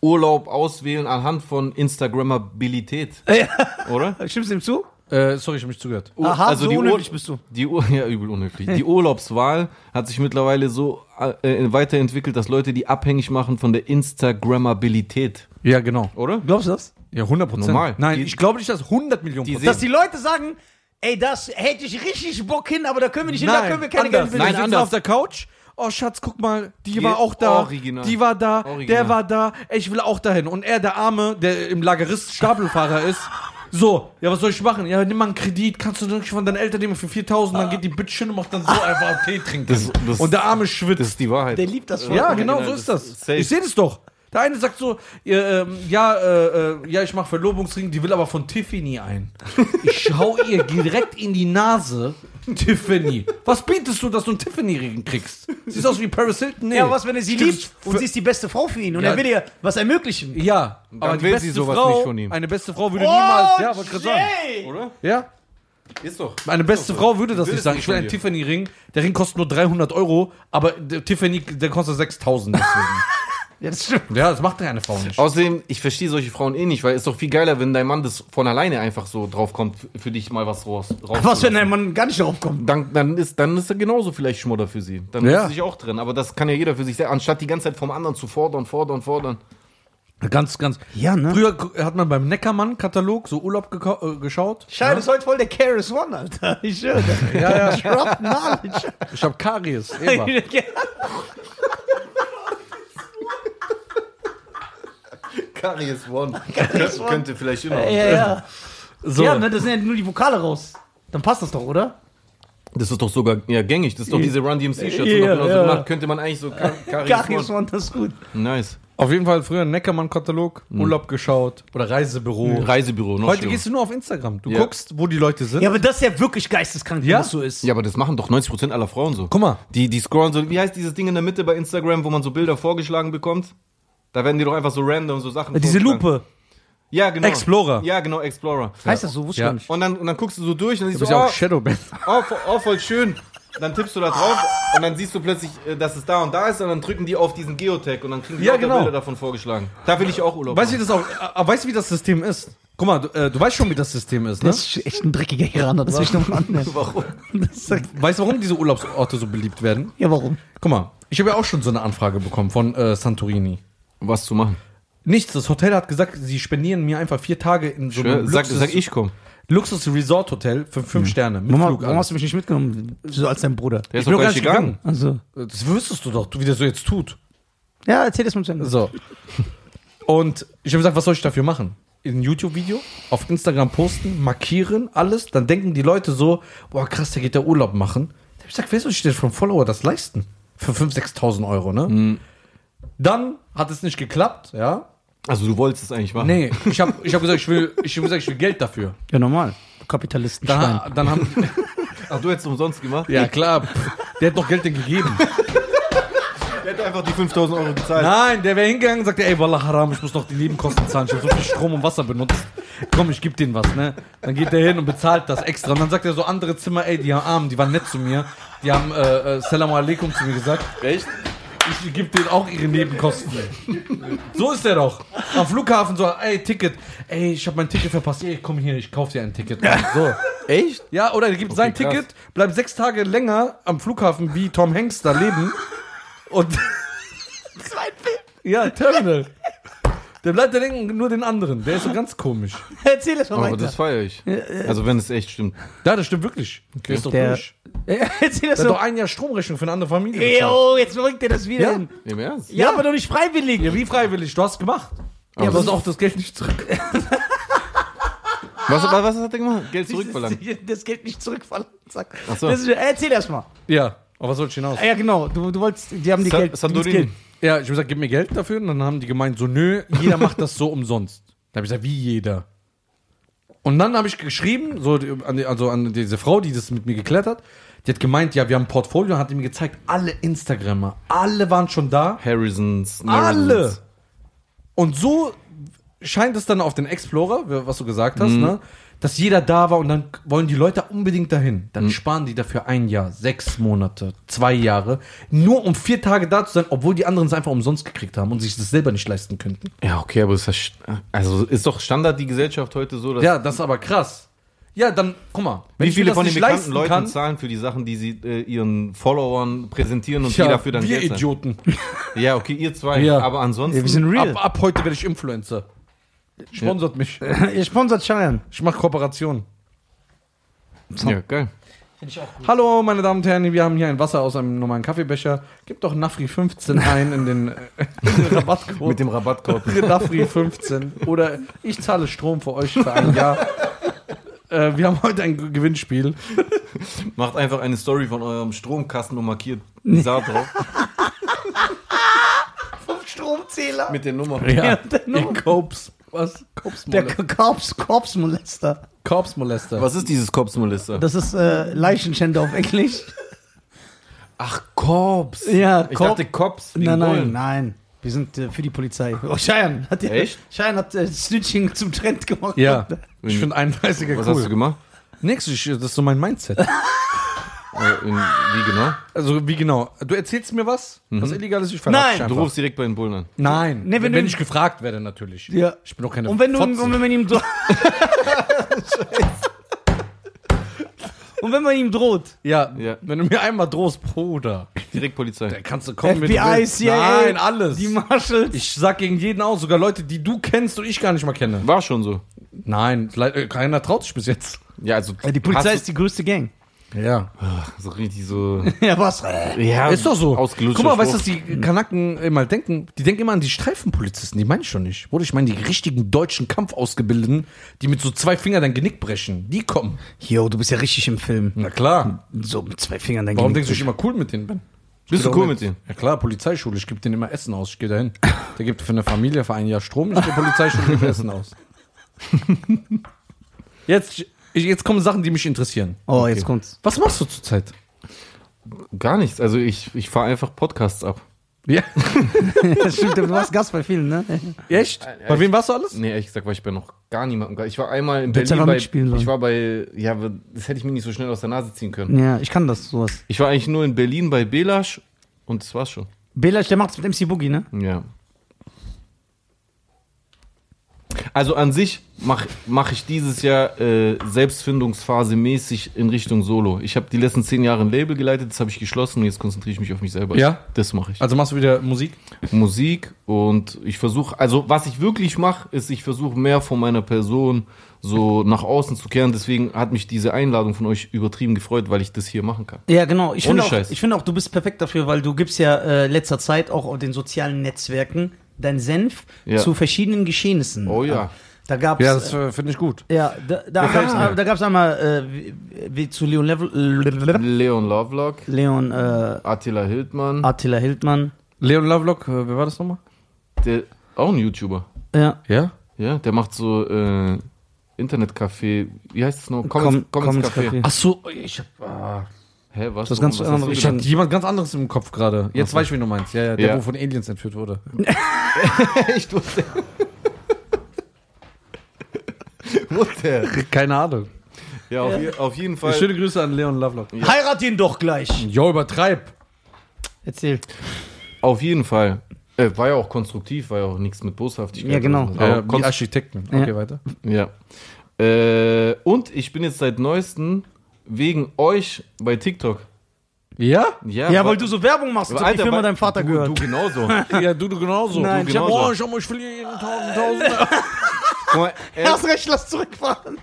Urlaub auswählen anhand von Instagrammabilität, oder?
Stimmst du ihm zu?
Äh, sorry, ich hab mich zugehört.
Ur-
Aha, so
also die Ur-
unnötig bist du.
Die Ur ja, übel unnötig. Die Urlaubswahl hat sich mittlerweile so äh, weiterentwickelt, dass Leute die abhängig machen von der Instagrammabilität,
Ja, genau.
oder?
Glaubst du das?
Ja, 100 Prozent.
Normal.
Nein,
Die-
ich glaube nicht, dass 100 Millionen
Die
Prozent.
Dass die Leute sagen, ey, das hätte ich richtig Bock hin, aber da können wir nicht hin, da können wir keine
anders.
geilen Bilder
Nein,
sehen.
sitzen
anders.
auf der Couch. Oh Schatz, guck mal, die
Die-
war auch da,
original.
die war da,
Original.
der war da, Ey, ich will auch dahin. Und er, der Arme, der im Lagerist Stapelfahrer ist, so, ja, was soll ich machen? Ja, nimm mal einen Kredit, kannst du nicht von deinen Eltern nehmen für 4000, dann geht die Bitch hin und macht dann so einfach Tee trinken.
Das- das-
und der Arme
Das
schwitzt.
ist die Wahrheit.
Der liebt das schon.
Ja, genau,
Original,
so ist das.
das ist safe.
Ich sehe das doch. Der eine sagt so, äh, ähm, ja, äh, äh, ja, ich mache Verlobungsring, die will aber von Tiffany ein. Ich schau ihr direkt in die Nase. Tiffany. Was bietest du, dass du einen Tiffany-Ring kriegst? Siehst aus wie Paris Hilton? Nee.
Ja, was, wenn er sie liebt und sie ist die beste Frau für ihn und
Ja.
er will ihr was ermöglichen.
Ja, aber
Dann
die
will
beste
sie sowas
Frau,
nicht von ihm.
Eine beste Frau würde niemals. Ja,
Oh,
wollte ich gerade sagen.
Jay!
oder?
Ja,
Ist doch.
meine beste Frau würde das
will
nicht
das
sagen.
nicht
Ich will
von
einen
dir.
Tiffany-Ring. Der Ring kostet nur 300 Euro, aber der Tiffany, der kostet 6000. Deswegen.
Ja, das stimmt.
ja, das macht eine Frau nicht.
Außerdem, ich verstehe solche Frauen eh nicht, weil es ist doch viel geiler, wenn dein Mann das von alleine einfach so draufkommt, f- für dich mal was raus. raus
Was, wenn ein Mann gar nicht drauf kommt?
dann, dann ist dann ist er genauso vielleicht Schmodder für sie. Dann
Ja.
ist sich auch drin. Aber das kann ja jeder für sich selbst, anstatt die ganze Zeit vom anderen zu fordern, fordern, fordern.
Ganz, ganz.
Ja, ne?
Früher gu- hat man beim Neckermann-Katalog so Urlaub gekau- äh, geschaut.
Scheiße, ist heute voll der Caris One, Alter. Ich höre das.
Ja, ja.
Drop knowledge.
Ich hab Karies. Eva.
Karies One.
One.
Könnte vielleicht immer.
ja, ja.
So.
Ja, ne, das sind ja nur die Vokale raus. Dann passt das doch, oder?
Das ist doch sogar ja, gängig. Das ist doch diese Run DMC-Shirts.
Ja,
Yeah,
ja.
gemacht. Könnte man eigentlich so Ka Karies
Caris
One.
One, das ist gut.
Nice.
Auf jeden Fall früher Neckermann-Katalog, Urlaub geschaut Hm. oder Reisebüro.
Reisebüro noch
Heute
schlimmer.
gehst du nur auf Instagram. Du
Ja.
guckst, wo die Leute sind.
Ja, aber das ist ja wirklich geisteskrank, wie
Ja.
das so ist.
Ja, aber das machen doch 90% aller Frauen so.
Guck mal.
Die, die scrollen so. Wie heißt dieses Ding in der Mitte bei Instagram, wo man so Bilder vorgeschlagen bekommt? Da werden die doch einfach so random so Sachen.
Diese
vorgeschlagen.
Lupe.
Ja, genau.
Explorer.
Ja, genau, Explorer.
Heißt das so? Wusste ich
Ja.
gar nicht.
Und dann, und dann guckst du so durch und dann
Du
siehst
bist
du,
ja
oh,
auch Shadowban.
oh, vo- oh, voll schön. Dann tippst du da drauf und dann siehst du plötzlich, äh, dass es da und da ist und dann drücken die auf diesen Geotag und dann kriegen die
Ja,
lauter
genau.
Bilder davon vorgeschlagen. Da will ich auch Urlaub
Weißt du,
machen.
wie das auch, äh, weißt du, wie das System ist? Guck mal, du, äh, du weißt schon, wie das System ist, ne?
Das ist echt ein dreckiger Iraner, das will ich nochmal annehmen.
Warum?
Das sagt-
Weißt du, warum diese Urlaubsorte so beliebt werden?
Ja, warum?
Guck mal, ich habe ja auch schon so eine Anfrage bekommen von äh, Santorini.
Was zu machen?
Nichts, das Hotel hat gesagt, sie spendieren mir einfach vier Tage in so einem
sag,
Luxus-
sag ich komm.
Luxus-Resort-Hotel für fünf Sterne mit
Mama,
Flug
warum
alles.
hast du mich nicht mitgenommen? So als dein Bruder.
Der
Ich bin doch gar nicht gegangen.
Also.
Das wüsstest du doch, wie der so jetzt tut.
Ja, erzähl das mal zu Ende.
So. Und ich habe gesagt, was soll ich dafür machen? In ein YouTube-Video, auf Instagram posten, markieren, alles. Dann denken die Leute so, boah krass, der geht da Urlaub machen. Da habe ich gesagt, wer soll sich denn vom Follower das leisten? Für 5.000, 6.000 Euro, ne? Dann hat es nicht geklappt, ja.
Also du wolltest es eigentlich machen.
Nee, ich habe ich hab gesagt, ich will, ich, hab gesagt, ich will Geld dafür.
Ja, normal. Kapitalisten.
Dann, dann haben,
Ach, du hättest es umsonst gemacht?
ja klar, pff, der hat doch Geld denn gegeben.
Der hätte einfach die 5000 Euro gezahlt.
Nein, der wäre hingegangen und sagt, ey, Wallah haram, ich muss noch die Nebenkosten zahlen. Ich habe so viel Strom und Wasser benutzt. Komm, ich geb denen was, ne? Dann geht der hin und bezahlt das extra. Und dann sagt er so, andere Zimmer, ey, die haben Armen, die waren nett zu mir. Die haben äh, äh, Salam Alaikum zu mir gesagt.
Echt?
Ich geb denen auch ihre Nebenkosten. so ist der doch. Am Flughafen so, ey, Ticket. Ey, ich habe mein Ticket verpasst. Ey, komm hier, ich kauf dir ein Ticket. So.
Echt?
Ja, oder er gibt sein
krass.
Ticket, bleibt sechs Tage länger am Flughafen wie Tom Hanks da leben. Und ja, Terminal. Der bleibt der denken nur den anderen. Der ist so ganz komisch.
Erzähl es mal
Aber
weiter.
Oh, das feiere ich. Also wenn es echt stimmt.
Ja, das stimmt wirklich. Der ist doch
Der-
durch.
Äh, Erzähl das
Der hat doch
so.
ein Jahr Stromrechnung für eine andere Familie. bezahlt.
Jo, jetzt bringt ihr das wieder
Ja.
hin.
Im Ernst?
Ja, aber doch nicht freiwillig.
Ja, wie freiwillig? Du hast gemacht.
Aber das-
auch das Geld nicht zurück.
Was, was, was hat er gemacht? Geld zurückverlangt.
Das Geld nicht zurückverlangt. Sag.
Ach so.
Das ist, erzähl das mal.
Ja, aber was soll ich hinaus?
Ja, genau. Du, du wolltest, die haben die
Sa-
Geld. die
Sandorini.
Geld.
Ja, ich habe gesagt, gib mir Geld dafür. Und dann haben die gemeint, so, nö, jeder macht das so umsonst. Da habe ich gesagt, wie jeder? Und dann habe ich geschrieben, so, die- an die, also an diese Frau, die das mit mir geklärt hat, die hat gemeint, ja, wir haben ein Portfolio, hat die mir gezeigt, alle Instagrammer, alle waren schon da,
Harrisons.
alle.
Marisons.
Und so scheint es dann auf den Explorer, was du gesagt
Mhm.
hast, ne, dass jeder da war und dann wollen die Leute unbedingt dahin.
Mhm.
Dann sparen die dafür ein Jahr, sechs Monate, zwei Jahre, nur um vier Tage da zu sein, obwohl die anderen es einfach umsonst gekriegt haben und sich das selber nicht leisten könnten.
Ja, okay, aber ist das, st- also ist doch Standard die Gesellschaft heute so, dass
Ja, das ist aber krass. Ja, dann, guck mal. wenn
wie
ich mir
viele
das
von
nicht
den bekannten
leisten
Leuten
kann,
zahlen für die Sachen, die sie äh, ihren Followern präsentieren und
tja,
die dafür dann
wir
Geld zahlen.
Idioten.
Ja, okay, ihr zwei,
Ja.
aber ansonsten
Ja, wir sind real.
Ab, ab heute werde ich Influencer. Sponsert mich.
Ihr sponsert Cheyenne.
Ich mache Kooperationen.
Ja, geil.
Hallo, meine Damen und Herren, wir haben hier ein Wasser aus einem normalen Kaffeebecher. Gebt doch Nafri 15 ein in den, äh, in den Rabattcode.
Mit dem Rabattcode.
Nafri 15. Oder ich zahle Strom für euch für ein Jahr. Äh, wir haben heute ein G- Gewinnspiel.
Macht einfach eine Story von eurem Stromkasten und markiert Saar drauf
Stromzähler.
mit der Nummer.
Ja, der Nummer.
In Korps. Was? Korps
Der Korps, Korpsmolester.
Korpsmolester.
Was ist dieses Kopfsmolester?
Das ist äh, Leichenschänder auf Englisch.
Ach, Korps.
Ja,
Ich
Korb-
dachte Kops. wie
Nein, nein,
Bullen.
nein. Wir sind äh, für die Polizei. Oh, Cheyenne hat,
Echt?
Cheyenne hat äh, Snitching zum Trend gemacht.
ja, ich finde 31er
Was
cool.
hast du gemacht?
Nix, ich, das ist so mein Mindset.
Äh, in, wie genau?
Also, wie genau? Du erzählst mir was, was
Mhm.
illegal ist, ich
Nein.
verlasse
Du rufst direkt bei den Bullen an.
Nein,
Nee, wenn
wenn,
du-
ich gefragt werde, natürlich.
Ja.
Ich bin doch keine
Und wenn du
Fotze.
und wenn man ihm droht. und wenn man ihm droht.
Ja,
Ja.
wenn du mir einmal drohst, Bruder,
Direkt Polizei.
dann kannst du kommen wie du
FBI,
willst.
CIA,
Nein, alles.
Die Marshall.
ich sag gegen jeden aus, sogar Leute, die du kennst und ich gar nicht mal kenne.
War schon so.
Nein, le- äh, keiner traut sich bis jetzt.
Ja, also
Die Polizei
hast
ist die größte Gang. Äh,
Ja.
du- so richtig so.
Ja, was?
Ja,
Ist doch so.
Ausgelutscht.
Guck mal, weißt du, was die Kanaken immer denken? Die denken immer an die Streifenpolizisten, die meine ich schon nicht. Oder ich meine die richtigen deutschen Kampfausgebildeten, die mit so zwei Fingern dein Genick brechen. Die kommen.
Yo, du bist ja richtig im Film.
Na klar.
So mit zwei Fingern dein
Warum
Genick
denkst du, ich immer cool mit denen bin?
Bist du cool mit denen?
Ja klar, Polizeischule, ich gebe denen immer Essen aus, ich gehe dahin. Der gibt für eine Familie für ein Jahr Strom, ich gebe Polizeischule gebe Essen aus. Jetzt, ich, jetzt kommen Sachen, die mich interessieren.
Oh, jetzt kommt's.
Was machst du zurzeit?
Gar nichts. Also ich, ich fahre einfach Podcasts ab.
Ja,
Das stimmt, du warst Gast bei vielen, ne?
echt?
äh,
Bei wem warst du alles?
Nee, ehrlich gesagt war ich bei noch gar niemandem. Ich war einmal in
hättest
Berlin
einfach
bei,
mitspielen sollen.
ich war bei, ja, aber das hätte ich mir nicht so schnell aus der Nase ziehen können.
Ja, ich kann das, sowas.
Ich war eigentlich nur in Berlin bei Belasch und das war's schon.
Belasch, der macht's mit MC Boogie, ne?
Ja. Also an sich mache mach ich dieses Jahr äh, Selbstfindungsphase mäßig in Richtung Solo. Ich habe die letzten zehn Jahre ein Label geleitet, das habe ich geschlossen und jetzt konzentriere ich mich auf mich selber.
Ja?
Das mache ich.
Also machst du wieder Musik?
Musik und ich versuche, also was ich wirklich mache, ist, ich versuche mehr von meiner Person so nach außen zu kehren. Deswegen hat mich diese Einladung von euch übertrieben gefreut, weil ich das hier machen kann.
Ja, genau. Ich
Ohne
finde, auch,
Scheiß.
ich finde auch, du bist perfekt dafür, weil du gibst ja äh, letzter Zeit auch auf den sozialen Netzwerken deinen Senf
Ja.
zu verschiedenen Geschehnissen. Ah,
Oh ja.
Da gab's
Ja, das äh, finde ich gut.
Ja, da, da gab's da gab's einmal äh, wie, wie zu Leon Level,
Leon Lovelock,
Leon äh,
Attila Hildmann,
Ah. Attila Hildmann.
Leon Lovelock, äh, wer war das nochmal?
der, auch ein YouTuber.
Ja.
Ja?
Ja, der macht so äh, Internetcafé. Wie heißt es noch?
Komm- Commons
Café.
Café.
Ach so, ich hab, ah,
Hä, was?
Das ganz
Warum? Was
andere-
hast
ich
du
hatte jemand ganz anderes im Kopf gerade. Jetzt weiß ich, wen du meinst. Ja, ja, der,
Ja.
wo von Aliens entführt wurde.
gedacht? Ich wusste. Wusste.
Keine Ahnung.
Ja, auf, je- auf jeden Fall.
Schöne Grüße an Leon Lovelock.
Heirat ihn doch gleich.
Jo, übertreib.
Erzähl.
Auf jeden Fall. Äh, war ja auch konstruktiv, war ja auch nichts mit Boshaftigkeit.
Ja, genau.
oder so.
Ja,
Aber
Äh, die
konst-
Architekten. Okay,
Ja.
weiter.
Ja. Äh, und ich bin jetzt seit neuestem wegen euch bei TikTok.
Ja?
Ja,
Ja, weil du so Werbung machst, als ob die
Alter,
Firma
weil-
deinem Vater
du,
gehört.
Du genauso.
Ja, du, du genauso.
Nein,
du
ich hab-
genauso.
oh,
ich, ich will hier tausend, tausend.
Guck mal, ernst,
Erst recht, lass zurückfahren.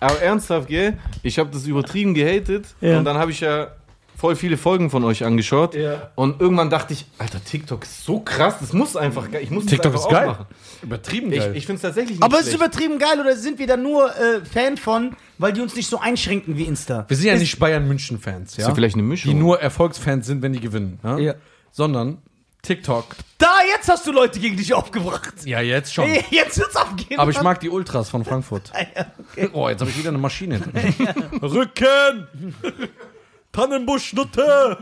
aber ernsthaft, gell? Ich habe das übertrieben gehatet
Ja.
und dann habe ich ja voll viele Folgen von euch angeschaut
Ja.
und irgendwann dachte ich, Alter, TikTok ist so krass, das muss einfach, ge- ich muss das
TikTok
einfach
ist geil.
aufmachen.
Übertrieben
Ich,
geil.
ich finde es tatsächlich nicht
Aber ist
schlecht.
übertrieben geil oder sind wir da nur äh, Fan von, weil die uns nicht so einschränken wie Insta?
wir sind ja nicht Bayern-München-Fans,
ist ja
ja?
vielleicht eine
die
Mischung.
nur Erfolgsfans sind, wenn die gewinnen. Ja?
Ja.
Sondern TikTok.
Da, jetzt hast du Leute gegen dich aufgebracht.
Ja, jetzt schon.
Ey, jetzt wird's abgehen.
Aber ich mag die Ultras von Frankfurt. Oh, jetzt habe ich wieder eine Maschine. Rücken! Tannenbusch, Nutte!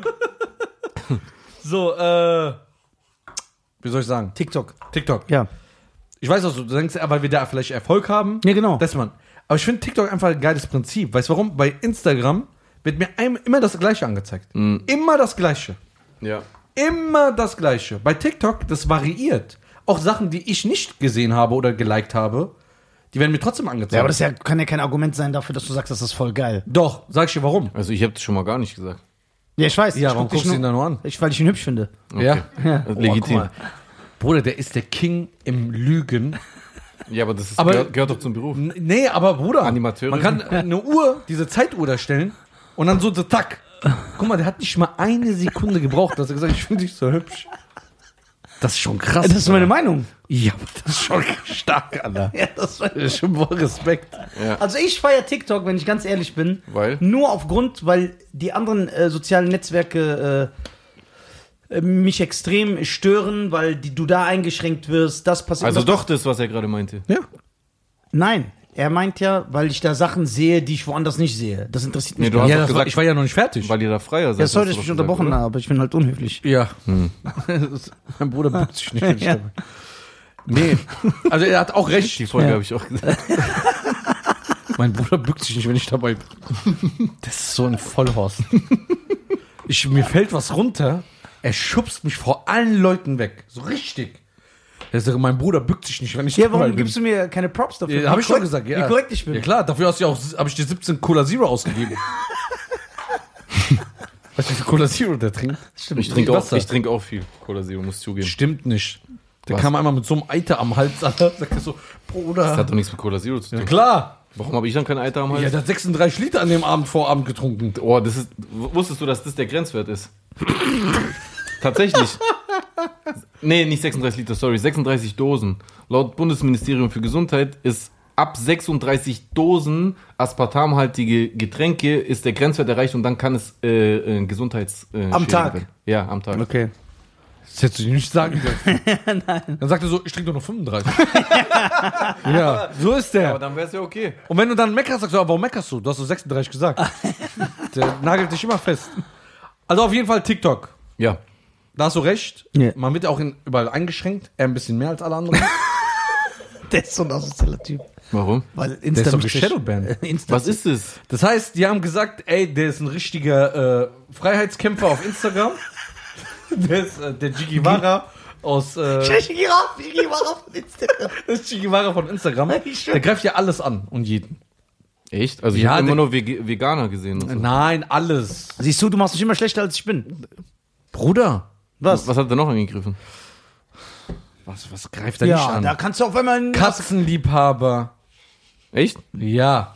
so, äh. Wie soll ich sagen?
TikTok.
TikTok.
Ja.
Ich weiß auch, du denkst, aber wir da vielleicht Erfolg haben.
Ja, genau.
Das man. Aber ich finde TikTok einfach ein geiles Prinzip. Weißt du warum? Bei Instagram wird mir ein, immer das Gleiche angezeigt.
Mm.
Immer das Gleiche.
Ja.
Immer das Gleiche. Bei TikTok, das variiert. Auch Sachen, die ich nicht gesehen habe oder geliked habe, die werden mir trotzdem angezeigt.
Ja, aber das ist ja, kann ja kein Argument sein dafür, dass du sagst, das ist voll geil.
Doch, sag ich dir warum.
Also ich habe das schon mal gar nicht gesagt.
Ja, ich weiß.
Ja,
ich
warum guckst du ihn da nur an?
Ich, weil ich ihn hübsch finde.
Ja.
Ja.
Also Legitim.
Oh, guck mal. Bruder, der ist der King im Lügen.
Ja, aber das ist,
Aber-
gehört, gehört doch zum Beruf.
N- Nee, aber Bruder,
Animateure.
man kann eine Uhr, diese Zeituhr da stellen und dann so, so tack. Guck mal, der hat nicht mal eine Sekunde gebraucht, dass er gesagt hat, ich finde dich so hübsch. Das ist schon krass.
Das ist meine Meinung.
ja, aber das ist schon stark, Alter.
Ja, das war
Das ist schon voll Respekt.
Also ich feiere TikTok, wenn ich ganz ehrlich bin.
Weil?
Nur aufgrund, weil die anderen äh, sozialen Netzwerke äh, äh, mich extrem stören, weil die, du da eingeschränkt wirst, das passiert.
Also
das
doch das, was er gerade meinte.
Ja.
Nein, er meint ja, weil ich da Sachen sehe, die ich woanders nicht sehe. Das interessiert mich.
Nee, du
gar
hast
nicht.
ja
doch
das war,
gesagt-
ich war ja noch nicht fertig.
Weil ihr da freier seid.
ja, sorry,
hast
dass
du
ich mich
doch gesagt,
unterbrochen
oder?
habe, aber ich bin halt unhöflich.
Ja. mein Bruder bückt sich nicht. wenn ich
Ja.
dabei- Nee, also er hat auch recht.
Die Folge
Ja.
habe ich auch gesagt.
Mein Bruder bückt sich nicht, wenn ich dabei bin. Das ist so ein Vollhorst. Ich, mir fällt was runter. Er schubst mich vor allen Leuten weg. So richtig. Er sagt, mein Bruder bückt sich nicht, wenn ich
Ja, warum gibst du mir keine Props dafür?
ja, Habe
Wie
ich schon
korrekt-
gesagt, ja.
Wie korrekt ich bin.
Ja klar, dafür hast du ja auch, habe ich dir 17 Cola Zero ausgegeben. weißt du, wie viel Cola Zero der trinkt?
Stimmt.
Ich trinke auch,
Wasser.
ich trinke auch viel Cola Zero, muss ich zugeben.
Stimmt nicht. Der
Was?
kam einmal mit so einem Eiter am Hals an. Sagt er so,
Das
Bruder.
hat doch nichts mit Cola Zero zu
Ja,
tun.
klar.
Warum habe ich dann kein Alter am
Ja,
Hals?
der hat 36 Liter an dem Abend Vorabend getrunken.
oh, das ist. w- Wusstest du, dass das der Grenzwert ist? Tatsächlich. Nee, nicht 36 Liter, sorry, 36 Dosen. Laut Bundesministerium für Gesundheit ist ab 36 Dosen aspartamhaltige Getränke ist der Grenzwert erreicht und dann kann es äh, äh, Gesundheits äh, schädigend
Tag.
werden. Ja, am Tag.
Okay.
Das hättest du ihm nicht sagen dürfen. Nein. Dann sagt er so, ich trinke doch noch 35. ja, so ist
Aber
der.
dann wäre es ja okay.
Und wenn du dann meckerst, sagst du, aber warum meckerst du? Du hast so 36 gesagt. der nagelt dich immer fest. Also auf jeden Fall TikTok.
Ja.
Da hast du recht.
Ja.
Man wird ja auch in, überall eingeschränkt. Er ein bisschen mehr als alle anderen.
Der ist so ein asozialer Typ.
Warum?
Weil Insta
Der ist doch
mich nicht-
geshadowbanned.
Insta
Was ist es?
Das heißt, die haben gesagt, ey, der ist ein richtiger äh, Freiheitskämpfer auf Instagram. der ist äh, der Jigiwara aus... Äh,
Ich geh rauf, ich geh mal auf Instagram.
das ist Jigiwara von Instagram.
Ich schwör.
Der greift ja alles an und jeden.
Echt? Also ich
Ja,
habe
der-
immer nur Veg- Veganer gesehen. Und so.
Nein, alles.
Siehst du, du machst mich immer schlechter, als ich bin.
Bruder,
Was?
Was hat er noch angegriffen?
was, was greift er
ja,
nicht
da
an?
kannst du auf einmal einen
Katzenliebhaber.
Echt?
Ja.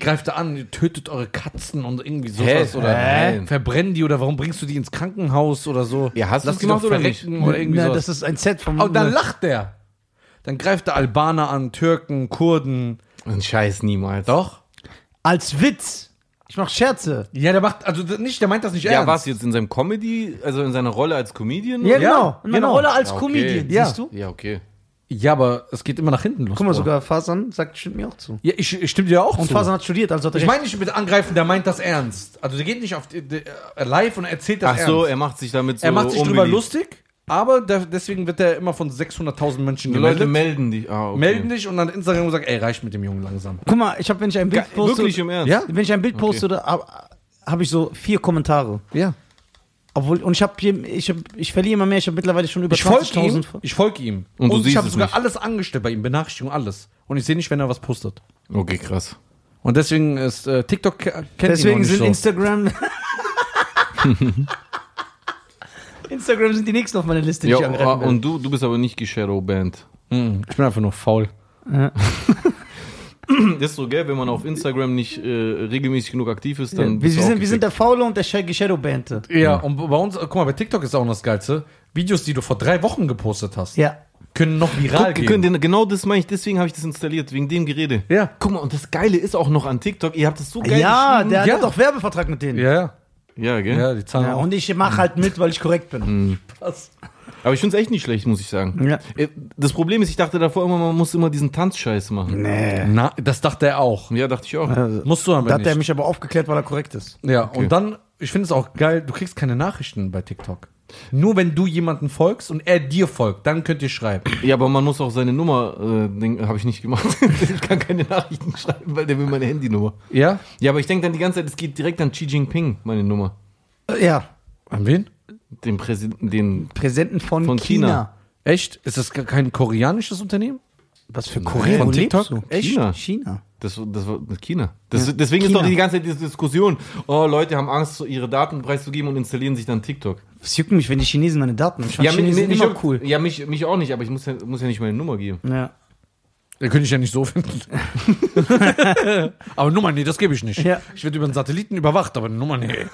Greift er an, tötet eure Katzen und irgendwie
Hä?
sowas oder
Hä?
verbrennt die oder warum bringst du die ins Krankenhaus oder so?
Ja, hast du
Lass
das
die doch
gemacht oder nicht?
verrecken Oder irgendwie
Na,
sowas.
das ist ein Set vom.
Aber dann lacht der. Dann greift er Albaner an, Türken, Kurden.
Ein Scheiß niemals.
Doch?
als Witz. Ich mach Scherze.
Ja, der macht, also nicht, der meint das nicht
Ja,
ernst.
was jetzt in seinem Comedy, also in seiner Rolle als Comedian?
Ja,
Ja,
genau. In meiner
genau.
Rolle als
Ja, okay.
Comedian,
Ja.
siehst du?
Ja, okay.
Ja, aber es geht immer nach hinten los.
Guck mal,
Bro.
sogar Fasan sagt, stimmt mir auch zu.
Ja, ich, ich stimme dir auch
Und
zu.
Fasan hat studiert, also hat er
Ich
recht.
meine nicht mit angreifen, der meint das ernst. Also der geht nicht auf die- die- äh, live und erzählt das
Ach so,
ernst.
er macht sich damit so
er macht sich drüber
unbeliebt.
lustig, aber der, deswegen wird er immer von 600.000 Menschen
Die
gemeldet.
Leute melden die. Ah, okay.
Melden dich und dann Instagram sagt, ey, reicht mit dem Jungen langsam.
Guck mal, ich habe, wenn ich ein Bild poste,
Wirklich im Ernst?
Ja?
wenn ich ein Bild poste, da habe hab ich so vier Kommentare.
Ja.
Obwohl, und ich habe hier, ich, hab, ich verliere immer mehr, ich habe mittlerweile schon über
Ich folge ihm.
20.000.
Ich folge ihm.
Und du
ich
siehst
habe
es
sogar
nicht.
alles angestellt bei ihm, Benachrichtigung, alles. Und ich sehe nicht, wenn er was postet.
Okay, krass.
Und deswegen ist äh, TikTok ke- kennt ihn noch
Deswegen
nicht
sind
so.
Instagram. Instagram sind die nächsten auf meiner Liste, die ich
Ja, ah,
angreifen will.
und du, du bist aber nicht geshadowbanned.
Mm, Ich bin einfach nur faul.
Das ist so, gell, wenn man auf Instagram nicht äh, regelmäßig genug aktiv ist, dann.
wir, wir,
bist du auch
sind, wir sind
gefickt.
der Faule und der Shadowbannte.
Ja, und bei uns, guck mal, bei TikTok ist auch noch das Geilste. Videos, die du vor drei Wochen gepostet hast,
Ja.
können noch viral
Guck,
gehen.
können den- genau das meine ich, deswegen habe ich das installiert, wegen dem Gerede.
Ja.
Guck mal, und das Geile ist auch noch an TikTok, ihr habt das so geil
ja,
geschrieben.
der
Ja.
hat doch Werbevertrag mit denen. Ja.
ja, ja,
Ja, gell?
ja, die Zahlen. auch.
und ich mache halt mit, weil ich korrekt bin.
Aber ich finde es echt nicht schlecht, muss ich sagen.
Ja.
Äh, Das Problem ist, ich dachte davor immer, man muss immer diesen Tanzscheiß machen.
Nee.
Na, das dachte er auch.
Mhm.
Ja, dachte ich auch.
Also
Musst du
Da
aber
hat er
nicht.
mich aber aufgeklärt, weil er korrekt ist.
Ja, und dann, ich finde es auch geil, du kriegst keine Nachrichten bei TikTok. Nur wenn du jemanden folgst und er dir folgt, dann könnt ihr schreiben.
Ja, aber man muss auch seine Nummer, äh, habe ich nicht gemacht. ich kann keine Nachrichten schreiben, weil der will meine Handynummer.
Ja?
Ja, aber ich denke dann die ganze Zeit, es geht direkt an Xi Jinping, meine Nummer.
Äh, Ja,
An wen?
Den Präsidenten, den.
Präsenten von,
Von
China.
China.
Echt? Ist das ke- kein koreanisches Unternehmen?
Was für Korea?
Von
Wo lebst
TikTok?
du?
Echt? China.
China.
Das, das war China. Das, Deswegen
China.
ist doch die ganze Zeit diese Diskussion. Oh, Leute haben Angst, so ihre Daten preiszugeben und installieren sich dann TikTok.
Was juckt mich, wenn die Chinesen meine Daten haben? Ich fand Chinesen
mich,
immer cool.
Ja, mich, mich auch nicht, aber ich muss ja, muss ja nicht meine Nummer geben.
Ja.
Da könnte ich ja nicht so finden. aber Nummer, nee, das gebe ich nicht.
Ja.
Ich werde über einen Satelliten überwacht, aber Nummer, nee.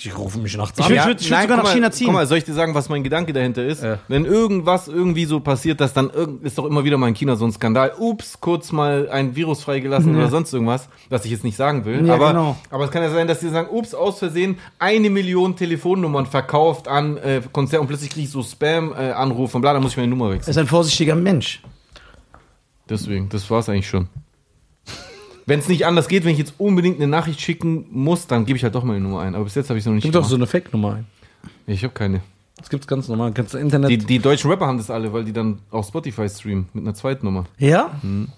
Die rufen mich nachts
Ich
an.
will- würd- ich würd sogar
guck
nach
mal,
China ziehen.
Guck mal, soll ich dir sagen, was mein Gedanke dahinter ist?
Ja.
Wenn irgendwas irgendwie so passiert, dass dann irgend, ist doch immer wieder mal in China so ein Skandal. Ups, kurz mal ein Virus freigelassen oder sonst irgendwas, was ich jetzt nicht sagen will.
Ja,
aber,
genau.
aber es kann ja sein, dass die sagen, ups, aus Versehen eine Million Telefonnummern verkauft an äh, Konzern und plötzlich kriege ich so Spam-Anrufe und bla, dann muss ich meine Nummer
Er
wechseln.
ist ein vorsichtiger Mensch.
Deswegen, das war's eigentlich schon. Wenn es nicht anders geht, wenn ich jetzt unbedingt eine Nachricht schicken muss, dann gebe ich halt doch meine Nummer ein. Aber bis jetzt habe ich es noch nicht
Gib doch so eine Fake-Nummer ein.
Ich habe keine.
Das gibt's ganz normal, ganz Internet.
Die, die deutschen Rapper haben das alle, weil die dann auf Spotify streamen mit einer Zweitnummer.
Ja?
du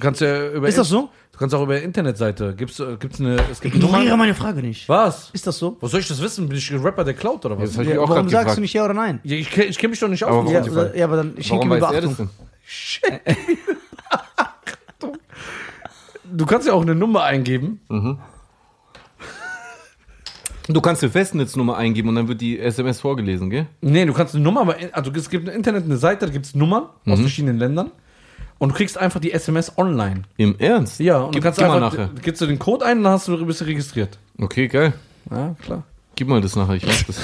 kannst ja über
Ist das so?
Du kannst auch über Internetseite. Gibt's, äh, gibt's eine, es gibt
Ignoriere meine Frage nicht.
Was?
Ist das so?
Was soll ich das wissen? Bin ich ein Rapper, der klaut oder was?
Das hab ich mir auch
Warum
gerade
sagst
gefragt.
du nicht ja oder nein?
Ja, ich kenn- ich kenne mich doch nicht aus.
Aber
mit
Ja,
Spotify.
oder, ja, aber dann ich schenke
Warum
mir
weiß er das
Beachtung.
denn?
Du kannst ja auch eine Nummer eingeben.
Du kannst eine Festnetznummer eingeben und dann wird die SMS vorgelesen, gell?
Nee, du kannst eine Nummer, aber in- also es gibt im Internet eine Seite, da gibt es Nummern
Mhm.
aus verschiedenen Ländern. Und du kriegst einfach die SMS online.
Im Ernst?
Ja, und
Gib,
du kannst
gib mal
einfach,
nachher.
gibst du den Code ein und dann hast du, bist du registriert.
Okay, geil.
Ja, klar.
Gib mal das nachher, ich weiß das.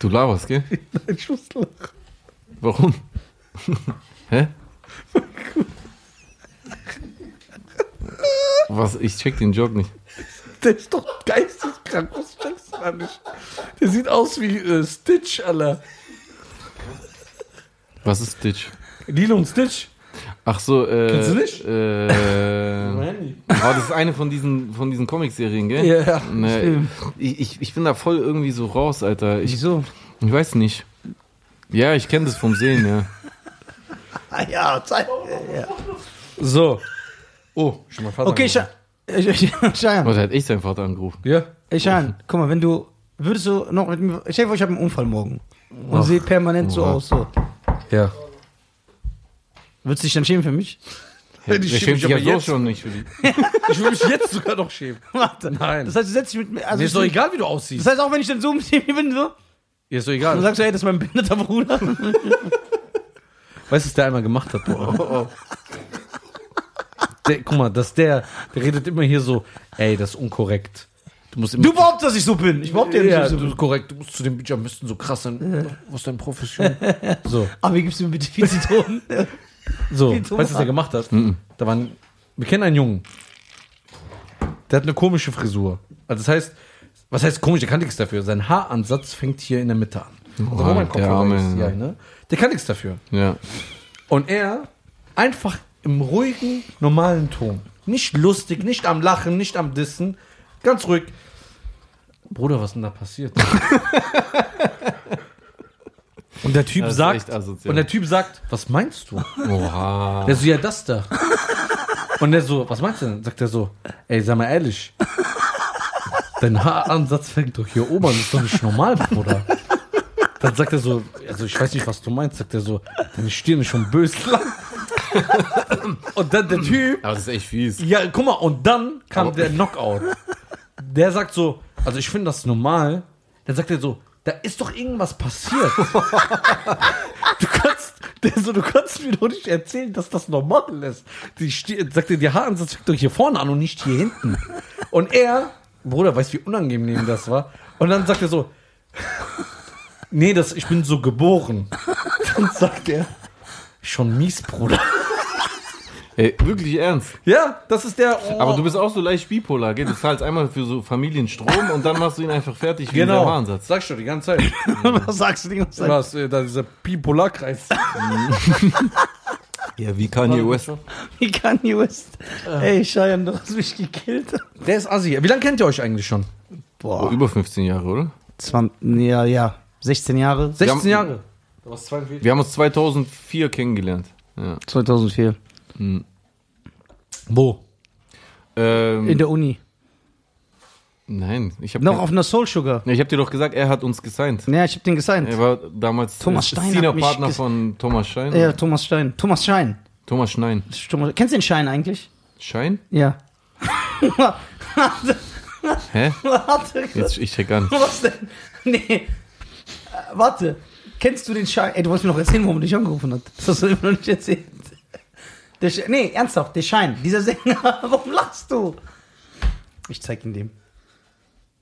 Du laberst, gell?
Ein Schussler.
Warum? Hä? Was? Ich check den Joke nicht.
Der ist doch geisteskrank, was checkst du da nicht? Der sieht aus wie äh, Stitch, Alter.
Was ist Ditch?
Lilo und Stitch.
Ach so, äh.
Kennst du nicht?
Äh.
Handy.
Aber das ist eine von diesen, von diesen Comic-Serien, gell?
Ja.
Nee, ich, ich, ich bin da voll irgendwie so raus, Alter. Ich,
Wieso?
ich weiß nicht. Ja, ich kenne das vom Sehen, ja.
Ah, ja, Zeit.
So. Oh, schon mal Vater.
Okay, äh,
angerufen.
Schein. Schein.
Aber der hat echt seinen Vater angerufen.
Ja.
Schein. äh, Guck mal, wenn du. Würdest du noch mit mir. Ich vor, ich habe einen Unfall morgen. Und sehe permanent so
Oha.
aus. So.
Ja.
Würdest du dich dann schämen für mich?
Der,
ich schäme mich
schämt sich ja
aber
so
jetzt.
schon nicht für die.
Ich will mich jetzt sogar noch schämen.
Warte.
Nein.
Das heißt, du setzt dich mit mir. Also
Mir
ich-
ist doch egal, wie du
Das
aussiehst.
heißt, auch wenn ich dann so mit dir bin, so.
Mir ist doch
Dann
egal.
sagst du, ey, das ist mein behinderter Bruder.
Weißt du, was der einmal gemacht hat, Bro? Der, guck mal, dass der, der redet immer hier so, ey, das ist unkorrekt. Du musst immer.
Du behauptest, dass ich so bin. Ich behaupte ja nicht,
ja,
dass ich so
du
bin.
bist korrekt, du musst zu dem Pyjamisten so krass sein. Was ist deine Profession? So,
Aber wie gibst du mir bitte viel Zitronen?
so.
Wie
Weißt du,
dumm.
was der gemacht hat? Da waren, wir kennen einen Jungen. Der hat eine komische Frisur. Also das heißt, was heißt komisch? Der kann nichts dafür. Sein Haaransatz fängt hier in der Mitte an. Also wo mein
der
Kopfhörer
Arme.
ist, ja, ne? Der kann nichts dafür.
Ja.
Und er einfach im ruhigen, normalen Ton. Nicht lustig, nicht am Lachen, nicht am Dissen. Ganz ruhig. Bruder, was denn da passiert? und der Typ
Das ist
sagt,
echt asozial.
und der Typ sagt, was meinst du?
Oha.
Der so, ja, das da. Und der so, was meinst du denn? Sagt er so, ey, sei mal ehrlich. Dein Haaransatz fängt doch hier oben an, ist doch nicht normal, Bruder. Dann sagt er so, also ich weiß nicht, was du meinst, sagt er so, deine Stirn ist schon böse lang. Und dann der Typ,
Aber das ist echt fies.
ja, guck mal, und dann kam
Aber-
der Knockout. Der sagt so, also ich finde das normal. Dann sagt er so, da ist doch irgendwas passiert. Du kannst, der so, du kannst mir doch nicht erzählen, dass das normal ist. Die Stirn, sagt er, die Haaransatz fängt doch hier vorne an und nicht hier hinten. Und er, Bruder, weißt du, wie unangenehm das war? Und dann sagt er so, nee, das, ich bin so geboren. Dann sagt er, schon mies, Bruder.
Ey, wirklich ernst.
Ja, das ist der. oh.
Aber du bist auch so leicht bipolar, gell? Du zahlst einmal für so Familienstrom und dann machst du ihn einfach fertig wie
Genau.
der Wahnsatz.
Sagst du die ganze Zeit.
Was sagst du die ganze Zeit?
Was, äh, da dieser Bipolarkreis.
Ja, wie Kanye West.
Wie kann West? Ey, Cheyenne, du hast mich gekillt.
Der ist assi. Wie lange kennt ihr euch eigentlich schon?
Boah.
Über 15 Jahre, oder?
20, ja, ja. 16 Jahre.
16
Wir haben-
Jahre. Du warst 42.
Wir haben uns 2004 kennengelernt. Ja.
2004.
Wo?
Ähm,
In der Uni.
nein, ich habe
Noch auf einer Soul Sugar.
ich hab dir doch gesagt, er hat uns gesigned.
Ja, ich hab den
Er
gesigned.
war damals
Thomas Stein hat mich
Partner
ges-
von Thomas Schein.
Ja, Thomas Stein. Thomas Schein.
Thomas Schnein.
Thomas, kennst du den Schein eigentlich?
Schein?
Ja.
Hä?
Warte,
Jetzt, ich check an.
was denn? Nee. Äh, warte. Kennst du den Schein? Ey, du wolltest mir noch erzählen, warum er dich angerufen hat. Das hast du immer noch nicht erzählt. Der Sch nee, ernsthaft, der Schein. Dieser Sänger. Warum lachst du? Ich zeig ihn dem.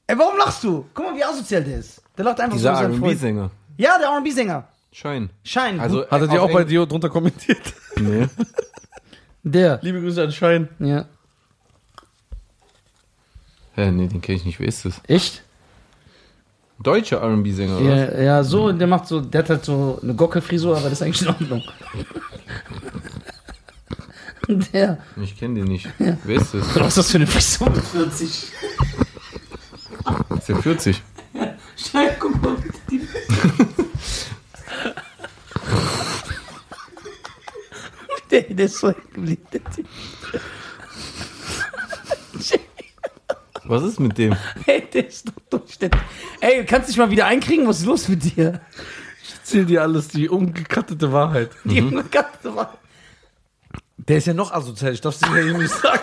Ey, warum lachst du? Guck mal, wie asozial der ist. Der lacht einfach
Dieser
so über seinen Freund.
R&B-Sänger.
Ja, der R&B-Sänger.
Schein.
Schein.
Also,
Hat er dir
auf
auch bei
Eng-
dir drunter kommentiert?
Nee.
der.
Liebe Grüße an Schein.
Ja.
Hä, nee, den kenn ich nicht. Wer ist das?
Echt?
Deutscher R&B-Sänger, oder?
Ja, ja, so, der macht so, der hat halt so eine Gockelfrisur, aber das ist eigentlich in Ordnung. der.
was? Ich kenne den nicht. Wer ist das?
Was ist das für eine Frisur mit 40?
Ist der 40?
Schein, guck mal. Der, der ist so hängen geblieben, der Typ.
Was ist mit dem?
Ey, der ist doch durch. Der, ey, kannst dich mal wieder einkriegen? Was ist los mit dir?
Erzähl dir alles, die ungekattete Wahrheit.
Die junge Katze war.
Der ist ja noch asozial. Ich darf es dir ja eben nicht sagen.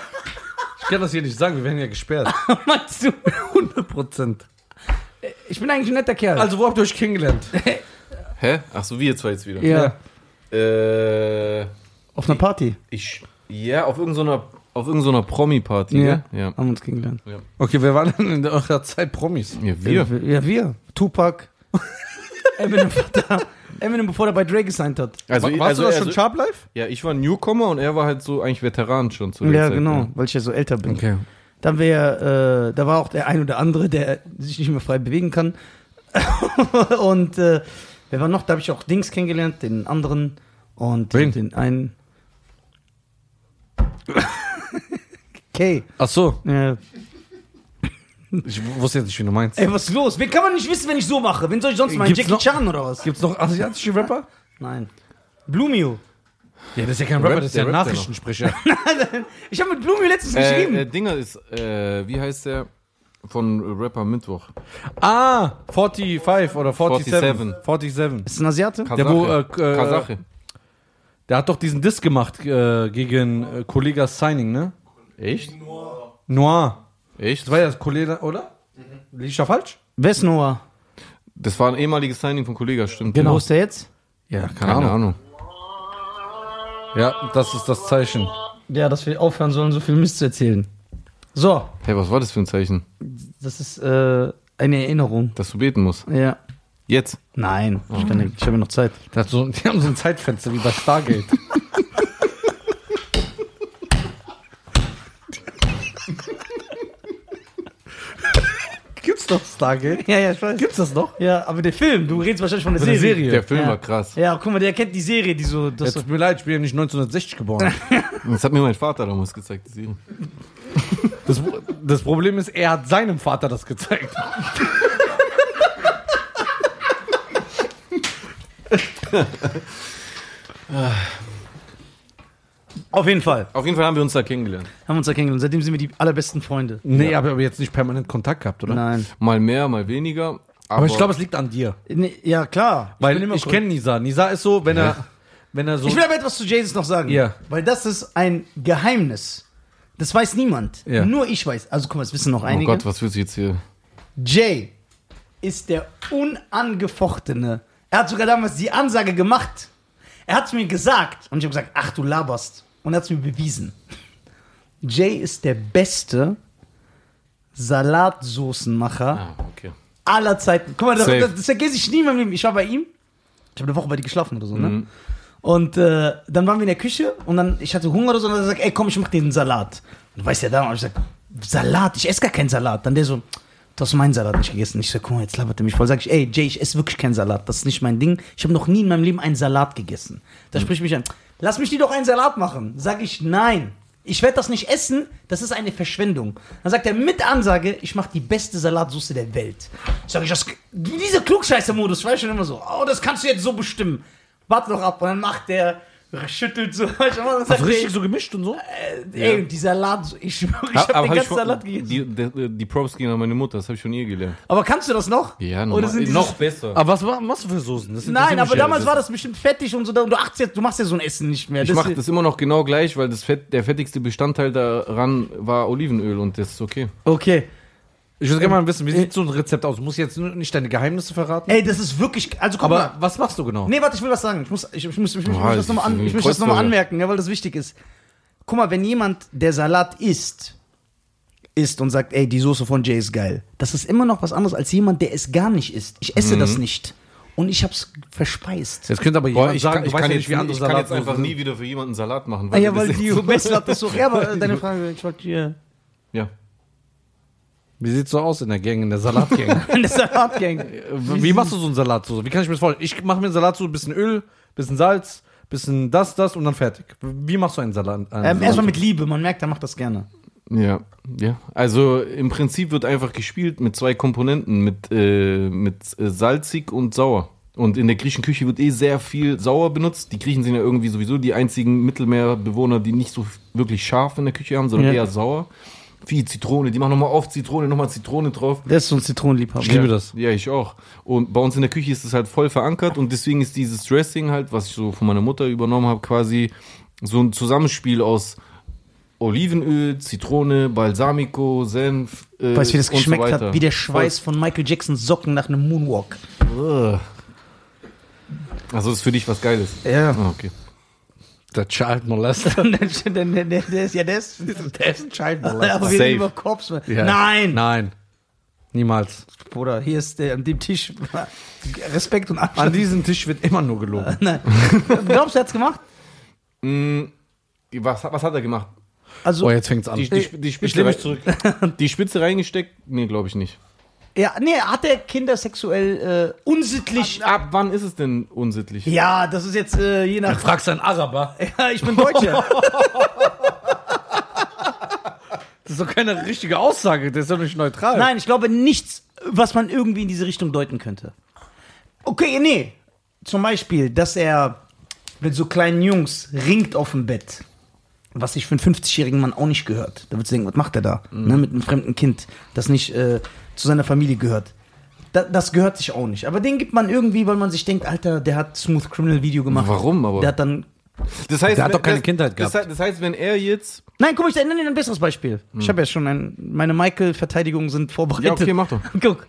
Ich kann das hier nicht sagen. Wir werden ja gesperrt.
Meinst du?
100 Prozent.
Ich bin eigentlich ein netter Kerl.
Also, wo habt ihr euch kennengelernt?
Hä? Ach so, wir zwei jetzt wieder.
ja.
Äh,
Auf einer Party.
ich, ja, auf irgendeiner, auf irgendeiner Promi-Party,
Ja.
gell? Ja.
Haben wir uns kennengelernt.
Okay, wer waren denn in eurer Zeit Promis?
Ja, wir.
Ja, wir. Tupac. Eminem, Vater. Eminem, bevor er bei Dre gesigned hat.
Also,
Warst
also,
du da schon
also,
Sharp Life?
Ja, ich war Newcomer und er war halt so eigentlich Veteran schon zu der
ja,
Zeit. ne?
genau,
ja.
weil ich ja so älter bin.
Okay.
Dann wäre, äh, da war auch der ein oder andere, der sich nicht mehr frei bewegen kann. und äh, wer war noch? Da habe ich auch Dings kennengelernt, den anderen und
Wen?
den, den einen. Kay.
Ach so.
Ja.
Ich wusste jetzt nicht, wie du meinst.
Ey, was ist los? Wen kann man nicht wissen, wenn ich so mache? Wen soll ich sonst meinen?
Gibt's
Jackie
noch-
Chan oder was?
Gibt's noch asiatische Rapper?
Nein. Blumio.
Ja, das ist ja kein
Rapper,
Rapper, das ist ja
der
ein
rappt ja noch.
Nachrichtensprecher.
Ich habe mit Blumio letztens geschrieben.
Äh, äh, Dinger ist, äh, wie heißt der? Von Rapper Mittwoch.
Ah, 45 oder 47. 47.
Ist ein Asiate?
Der, wo, äh, äh,
Kasache.
Der hat doch diesen Diss gemacht äh, gegen äh, Kollegas Signing, ne?
Echt?
Noir.
Echt?
Das war ja das Kollega, oder? Liege ich da falsch?
Wer ist Noah?
Das war ein ehemaliges Signing von Kollega, stimmt.
Genau.
Wo ist der jetzt?
Ja,
Keine Ahnung.
Ja, das ist das Zeichen.
Ja, dass wir aufhören sollen, so viel Mist zu erzählen. So,
Hey, was war das für ein Zeichen?
das ist äh, eine Erinnerung.
Dass du beten musst.
Ja.
Jetzt.
Nein, ich, kann, ich habe ja noch Zeit.
Der hat so, die haben so ein Zeitfenster wie bei Stargate. Gibt's Gibt's noch Stargate?
Ja, ja, ich weiß.
Gibt's das noch?
Ja, aber der Film, du redest wahrscheinlich von der Serie.
Der Film
Ja.
war krass.
Ja, guck mal, der kennt die Serie, die so. Das
Jetzt
so
tut mir leid, ich bin ja nicht 1960 geboren.
Das hat mir mein Vater damals gezeigt. die Serie.
Das, das Problem ist, er hat seinem Vater das gezeigt.
auf jeden Fall
Auf jeden Fall haben wir uns da kennengelernt.
haben wir uns da kennengelernt. Seitdem sind wir die allerbesten Freunde.
Nee, aber aber jetzt nicht permanent Kontakt gehabt, oder?
Nein.
Mal mehr, mal weniger. Aber,
Aber ich glaube, es liegt an dir.
Nee, ja, klar.
Weil
bin immer
ich
cool.
kenne Nisa. Nisa ist so, wenn er, wenn er so.
Ich will aber etwas zu Jesus noch sagen.
Ja.
Weil das ist ein Geheimnis. Das weiß niemand.
Ja.
Nur ich weiß. Also guck mal, das wissen noch
oh
einige.
Gott, was fühlt sich jetzt hier?
Jay ist der unangefochtene. Er hat sogar damals die Ansage gemacht. Er hat es mir gesagt und ich habe gesagt, ach du laberst. Und er hat es mir bewiesen. Jay ist der beste Salatsoßenmacher
Ah, okay.
aller Zeiten. Guck mal, das,
Safe.
das, das vergesse ich nie in meinem Leben. Ich war bei ihm. Ich habe eine Woche bei dir geschlafen oder so, ne? Und äh, dann waren wir in der Küche und dann, ich hatte Hunger oder so, und dann hat er gesagt, ey komm, ich mach dir einen Salat. Und du weißt ja da, und ich sag, Salat, ich esse gar keinen Salat. Dann der so, du hast meinen Salat nicht gegessen. Ich sag, guck mal, jetzt labert er mich voll. Sag ich, ey Jay, ich esse wirklich keinen Salat, das ist nicht mein Ding. Ich habe noch nie in meinem Leben einen Salat gegessen. Da spricht mich an, lass mich die doch einen Salat machen. Sag ich, nein. Ich werde das nicht essen, das ist eine Verschwendung. Dann sagt er mit Ansage, ich mache die beste Salatsauce der Welt. Sag ich, das, dieser Klugscheißer-Modus, war ich schon immer so, oh, das kannst du jetzt so bestimmen. Warte noch ab und dann macht der, schüttelt so. Ich immer, dann sagt
Also
der,
richtig so gemischt und so?
äh, ey, und die Salat, ich schwöre, ich habe
Aber
den
hab
ganzen
von-
Salat gegessen.
Die, die, die Props gehen an meine Mutter, das habe ich von ihr gelernt.
Aber kannst du Oh, das noch? Oder sind die noch
besser.
Aber was war- machst du für Soßen? Das
Nein,
interessiert
aber
mich
damals
ja.
war das bestimmt fettig und so. da- Und du, achtest, jetzt- du machst ja so ein Essen nicht mehr.
Ich mache
Deswegen-
das immer noch genau gleich, weil das Fett, der fettigste Bestandteil daran war Olivenöl und das ist okay.
Okay.
Ich würde gerne mal wissen, wie
Äh,
sieht so ein Rezept aus? Du musst jetzt nur- nicht deine Geheimnisse verraten.
Ey, das ist wirklich. Also guck mal.
aber was machst du genau?
Nee, warte, ich will was sagen. Ich muss, ich, ich muss, ich, muss- ich,
Boah,
muss das nochmal
das ist
an, ich
irgendwie
muss das noch mal
Kreuzverhör.
anmerken, ja, weil das wichtig ist. Guck mal, wenn jemand, der Salat isst, isst und sagt, ey, die Soße von Jay ist geil, das ist immer noch was anderes als jemand, der es gar nicht isst. Ich esse
Mhm.
das nicht. Und ich hab's verspeist.
Jetzt könnte aber jemand sagen, du weißt ja nicht, wie andere
ich kann jetzt
Salatsoßen
einfach
sind.
nie wieder für jemanden Salat machen.
Ah, ja,
das
weil
ist-
die Beste hat das so. Ja, aber äh, deine Frage, ich wollte dir.
ja.
Wie sieht's so aus in der Gang, in der Salatgang?
Eine Salatgang.
wie wie machst du so einen Salatsoße? Wie kann ich mir das vorstellen? Ich mache mir einen Salatsoße, bisschen Öl, bisschen Salz, bisschen das, das und dann fertig. Wie machst du einen Salat? einen
Ähm,
Salat-
erstmal mit Liebe, man merkt, er macht das gerne.
Ja, ja. Also im Prinzip wird einfach gespielt mit zwei Komponenten, mit, äh, mit äh, salzig und sauer. Und in der griechischen Küche wird eh sehr viel sauer benutzt. Die Griechen sind ja irgendwie sowieso die einzigen Mittelmeerbewohner, die nicht so f- wirklich scharf in der Küche haben, sondern
Ja.
eher sauer. Viel Zitrone, die machen nochmal auf Zitrone, nochmal Zitrone drauf.
Der ist so ein Zitronenliebhaber.
Ich liebe das.
Ja, ich auch. Und bei uns in der Küche ist es halt voll verankert und deswegen ist dieses Dressing halt, was ich so von meiner Mutter übernommen habe, quasi so ein Zusammenspiel aus Olivenöl, Zitrone, Balsamico, Senf. Äh,
Weißt du, wie das
und so
geschmeckt
weiter.
hat? Wie der Schweiß von Michael Jacksons Socken nach einem Moonwalk.
Voll. Also ist für dich was Geiles.
Ja.
Ah, okay.
Der Child Molester.
der, der, der, der ist ja der ist,
Der ist ein Child
aber wir
Safe.
reden über Korps. Nein!
Nein. Niemals.
Bruder, hier ist der, an dem Tisch Respekt und
An
Abstand.
diesem Tisch wird immer nur gelogen.
Nein. Glaubst du, er hat's gemacht?
Mm, Was, was hat er gemacht?
Also,
Oh, jetzt fängt's an.
Die, die, die, Spitze
lehne mich
rein- die Spitze reingesteckt? Nee, glaube ich nicht.
ja, nee, hat er Kinder sexuell äh, unsittlich?
Ab wann ist es denn unsittlich?
Ja, das ist jetzt äh, je nach.
Fragst einen Araber.
Ja, ich bin Deutscher.
Das ist doch keine richtige Aussage. Der ist doch nicht neutral.
Nein, ich glaube nichts, was man irgendwie in diese Richtung deuten könnte. Okay, nee. Zum Beispiel, dass er mit so kleinen Jungs ringt auf dem Bett. Was sich für einen 50-jährigen Mann auch nicht gehört. Da würdest du denken, was macht er da?
Mhm.
Ne, mit einem fremden Kind, das nicht äh, zu seiner Familie gehört. Da, das gehört sich auch nicht. Aber den gibt man irgendwie, weil man sich denkt, Alter, der hat Smooth Criminal Video gemacht.
Warum aber?
Der hat dann
Das heißt,
Der hat
wenn-
doch keine
das,
Kindheit
das
gehabt.
he- Das heißt, wenn er jetzt
Nein, guck, ich nenne dir ein besseres Beispiel. Ich habe ja schon ein, meine Michael-Verteidigungen sind vorbereitet.
Ja, okay, mach doch.
Guck,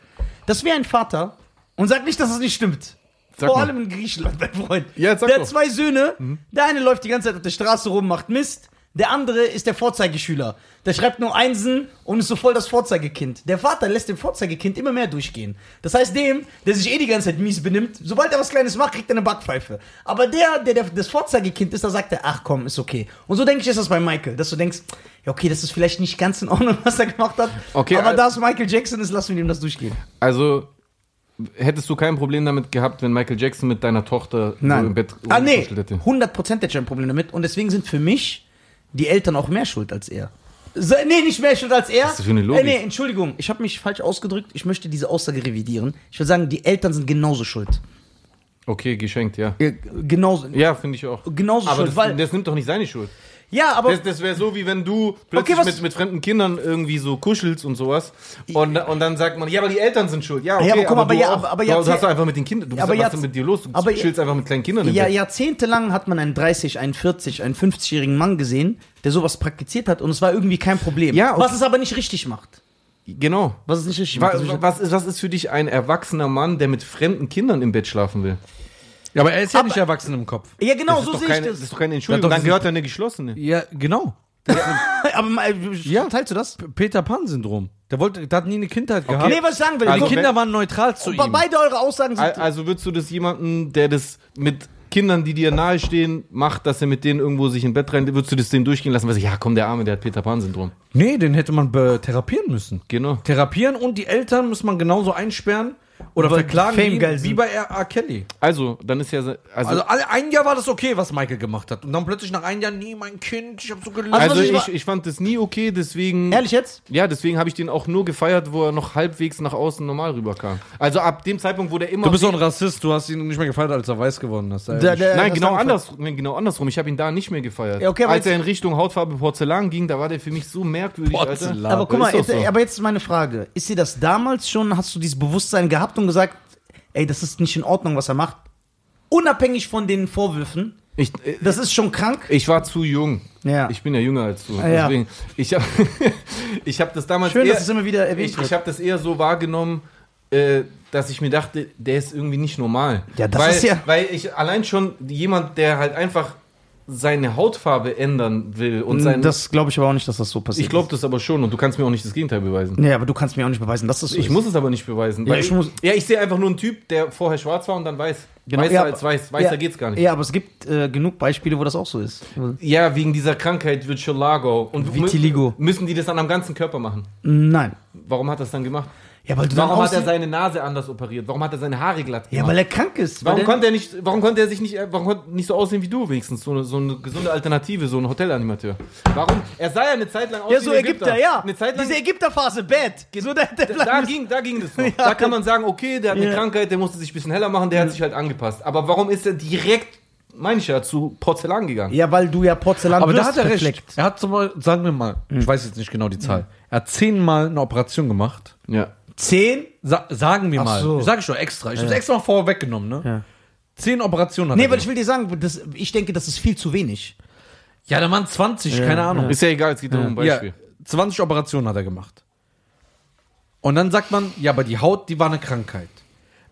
das wäre ein Vater und sag nicht, dass das nicht stimmt.
Sag
Vor
mal.
allem in Griechenland, mein Freund.
Ja, sag
der
doch.
hat zwei Söhne, der eine läuft die ganze Zeit auf der Straße rum, macht Mist, Der andere ist der Vorzeigeschüler. Der schreibt nur Einsen und ist so voll das Vorzeigekind. Der Vater lässt dem Vorzeigekind immer mehr durchgehen. Das heißt, dem, der sich eh die ganze Zeit mies benimmt, sobald er was Kleines macht, kriegt er eine Backpfeife. Aber der, der, der das Vorzeigekind ist, da sagt er, ach komm, ist okay. Und so denke ich, ist das bei Michael, dass du denkst, ja okay, das ist vielleicht nicht ganz in Ordnung, was er gemacht hat.
Okay,
aber
al-
da es Michael Jackson ist, lassen wir ihm das durchgehen.
Also hättest du kein Problem damit gehabt, wenn Michael Jackson mit deiner Tochter so im Bett
ah, nee,
rumgekuschelt hätte?
100% hätte ich ein Problem damit. Und deswegen sind für mich die Eltern auch mehr schuld als er. Se, nee, nicht mehr schuld als er. Äh,
ist für eine Logik?
nee, Entschuldigung, ich habe mich falsch ausgedrückt. Ich möchte diese Aussage revidieren. Ich würde sagen, die Eltern sind genauso schuld.
Okay, geschenkt, ja.
Äh, Genauso.
Ja, finde ich auch.
Genauso
Aber
schuld,
das,
weil-
das nimmt doch nicht seine Schuld.
Ja, aber.
Das, das wäre so, wie wenn du
Okay,
plötzlich
was-
mit, mit fremden Kindern irgendwie so kuschelst und sowas. Und, und dann sagt man, ja, aber die Eltern sind schuld. Ja, okay,
Ja, aber guck mal, aber
du
ja,
auch,
aber- aber
du
Jahrzeh-
hast doch einfach mit den Kindern, du bist
Aber
was ist
Jahrze-
denn mit dir los? Du
aber-
chillst einfach mit kleinen Kindern im
ja,
Bett.
jahrzehntelang hat man einen 30, einen 40, einen 50-jährigen Mann gesehen, der sowas praktiziert hat und es war irgendwie kein Problem.
Ja, okay.
Was es aber nicht richtig macht.
Genau.
Was es nicht richtig
Wa-
macht.
wa- Was ist, was ist für dich ein erwachsener Mann, der mit fremden Kindern im Bett schlafen will?
Ja, aber er ist ja
Aber-
nicht erwachsen im Kopf.
ja, genau,
ist
so
doch
sehe ich
keine,
das.
ist doch keine
Ja,
Entschuldigung.
doch,
dann
das-
gehört er eine geschlossene.
Ja, genau.
aber äh,
Ja.
teilst du das?
P- Peter Pan-Syndrom. Der wollte, der hat nie eine Kindheit gehabt.
Nee, was ich sagen will.
die
Also,
Kinder waren neutral zu
Be-
ihm.
Beide eure Aussagen sind.
Al- Also würdest du das jemanden, der das mit Kindern, die dir nahestehen, macht, dass er mit denen irgendwo sich im Bett rein, würdest du das dem durchgehen lassen? Weil ja, komm, der Arme, der hat Peter Pan-Syndrom.
Nee, den hätte man be- therapieren müssen.
Genau.
Therapieren und die Eltern muss man genauso einsperren oder
Weil
verklagen
Fame
wie,
geil
wie
sind.
bei R. R. Kelly.
Also, dann ist ja, se-
Also
also, also,
alle, ein Jahr war das okay, was Michael gemacht hat. Und dann plötzlich nach einem Jahr, nee, mein Kind, ich hab so gelitten.
Also, was ich
ich,
wa-
ich fand das nie okay, deswegen.
Ehrlich jetzt?
Ja, deswegen habe ich den auch nur gefeiert, wo er noch halbwegs nach außen normal rüberkam. Also ab dem Zeitpunkt, wo der immer.
du bist doch ein Rassist, du hast ihn nicht mehr gefeiert, als er weiß geworden ist.
Der- der-
Nein,
äh, das
genau
dann-
andersrum. Nein, genau andersrum. Ich habe ihn da nicht mehr gefeiert.
Ja, okay, aber
Als
jetzt-
er in Richtung Hautfarbe Porzellan ging, da war der für mich so merkwürdig.
Porzellan.
Alter.
Aber guck mal,
Ist doch
jetzt, äh,
so.
aber jetzt ist meine Frage. Ist dir das damals schon, hast du dieses Bewusstsein gehabt und gesagt, ey, das ist nicht in Ordnung, was er macht? Unabhängig von den Vorwürfen,
Ich, äh,
das ist schon krank.
ich war zu jung.
Ja.
Ich bin ja jünger als du.
Ah, ja.
Deswegen, ich habe ich hab das damals
Schön,
eher,
dass es immer wieder
ich,
erwähnt
ich
wird.
habe das eher so wahrgenommen, äh, dass ich mir dachte, der ist irgendwie nicht normal.
Ja, das
weil,
ist ja-
Weil ich allein schon jemand, der halt einfach seine Hautfarbe ändern will und sein.
Mm, Das glaube ich aber auch nicht, dass das so passiert.
ich glaube das aber schon und du kannst mir auch nicht das Gegenteil beweisen.
Nee, aber du kannst mir auch nicht beweisen, dass das so
Ich
ist.
muss es aber nicht beweisen. weil
ich muss-
ja, ich sehe einfach nur einen Typ, der vorher schwarz war und dann weiß. Weißer
Genau. ja,
als
aber-
weiß. Weißer
ja,
geht's gar nicht.
Ja, aber es gibt äh, genug Beispiele, wo das auch so ist.
Ja, wegen dieser Krankheit wird Chalago. Und mü-
Vitiligo.
Müssen die das dann am ganzen Körper machen?
Mm, Nein.
Warum hat er das dann gemacht?
Ja, weil du
Warum hat er
aussehen-
seine Nase anders operiert? Warum hat er seine Haare glatt
Ja,
gemacht?
weil er krank ist.
warum,
weil er,
konnte er nicht, warum konnte er sich nicht, äh, warum konnte nicht so aussehen wie du wenigstens? So eine, so eine gesunde Alternative, so ein Hotelanimateur. Warum? Er sah ja eine Zeit lang aus
ja,
wie
so
ein
Ägypter, ja.
Eine Zeit lang,
Diese Ägypterphase, bad. So der, der
da, ging, da ging das noch. Da kann man sagen, okay, der hat eine
Ja.
Krankheit, der musste sich ein bisschen heller machen, der hat sich halt angepasst. Aber warum ist er direkt, meine ich ja, zu Porzellan gegangen?
Ja, weil du ja Porzellan
Aber da
wirst,
hat er recht.
Reflekt.
Er hat zum Beispiel, sagen wir mal,
Hm.
ich weiß jetzt nicht genau die Zahl, er hat zehnmal eine Operation gemacht.
Ja.
Zehn?
Sa sagen wir
Ach
mal.
so.
Ich sag ich doch extra. Ich hab's extra noch vorweggenommen, ne? Zehn Operationen hat
Nee,
er
weil ich
gemacht.
will dir sagen, das, ich denke, das ist viel zu wenig.
Ja, da waren 20, keine Ahnung.
Ist ja egal, es geht nur um ein
Ja,
Beispiel.
20 Operationen hat er gemacht. Und dann sagt man, ja, aber die Haut, die war eine Krankheit.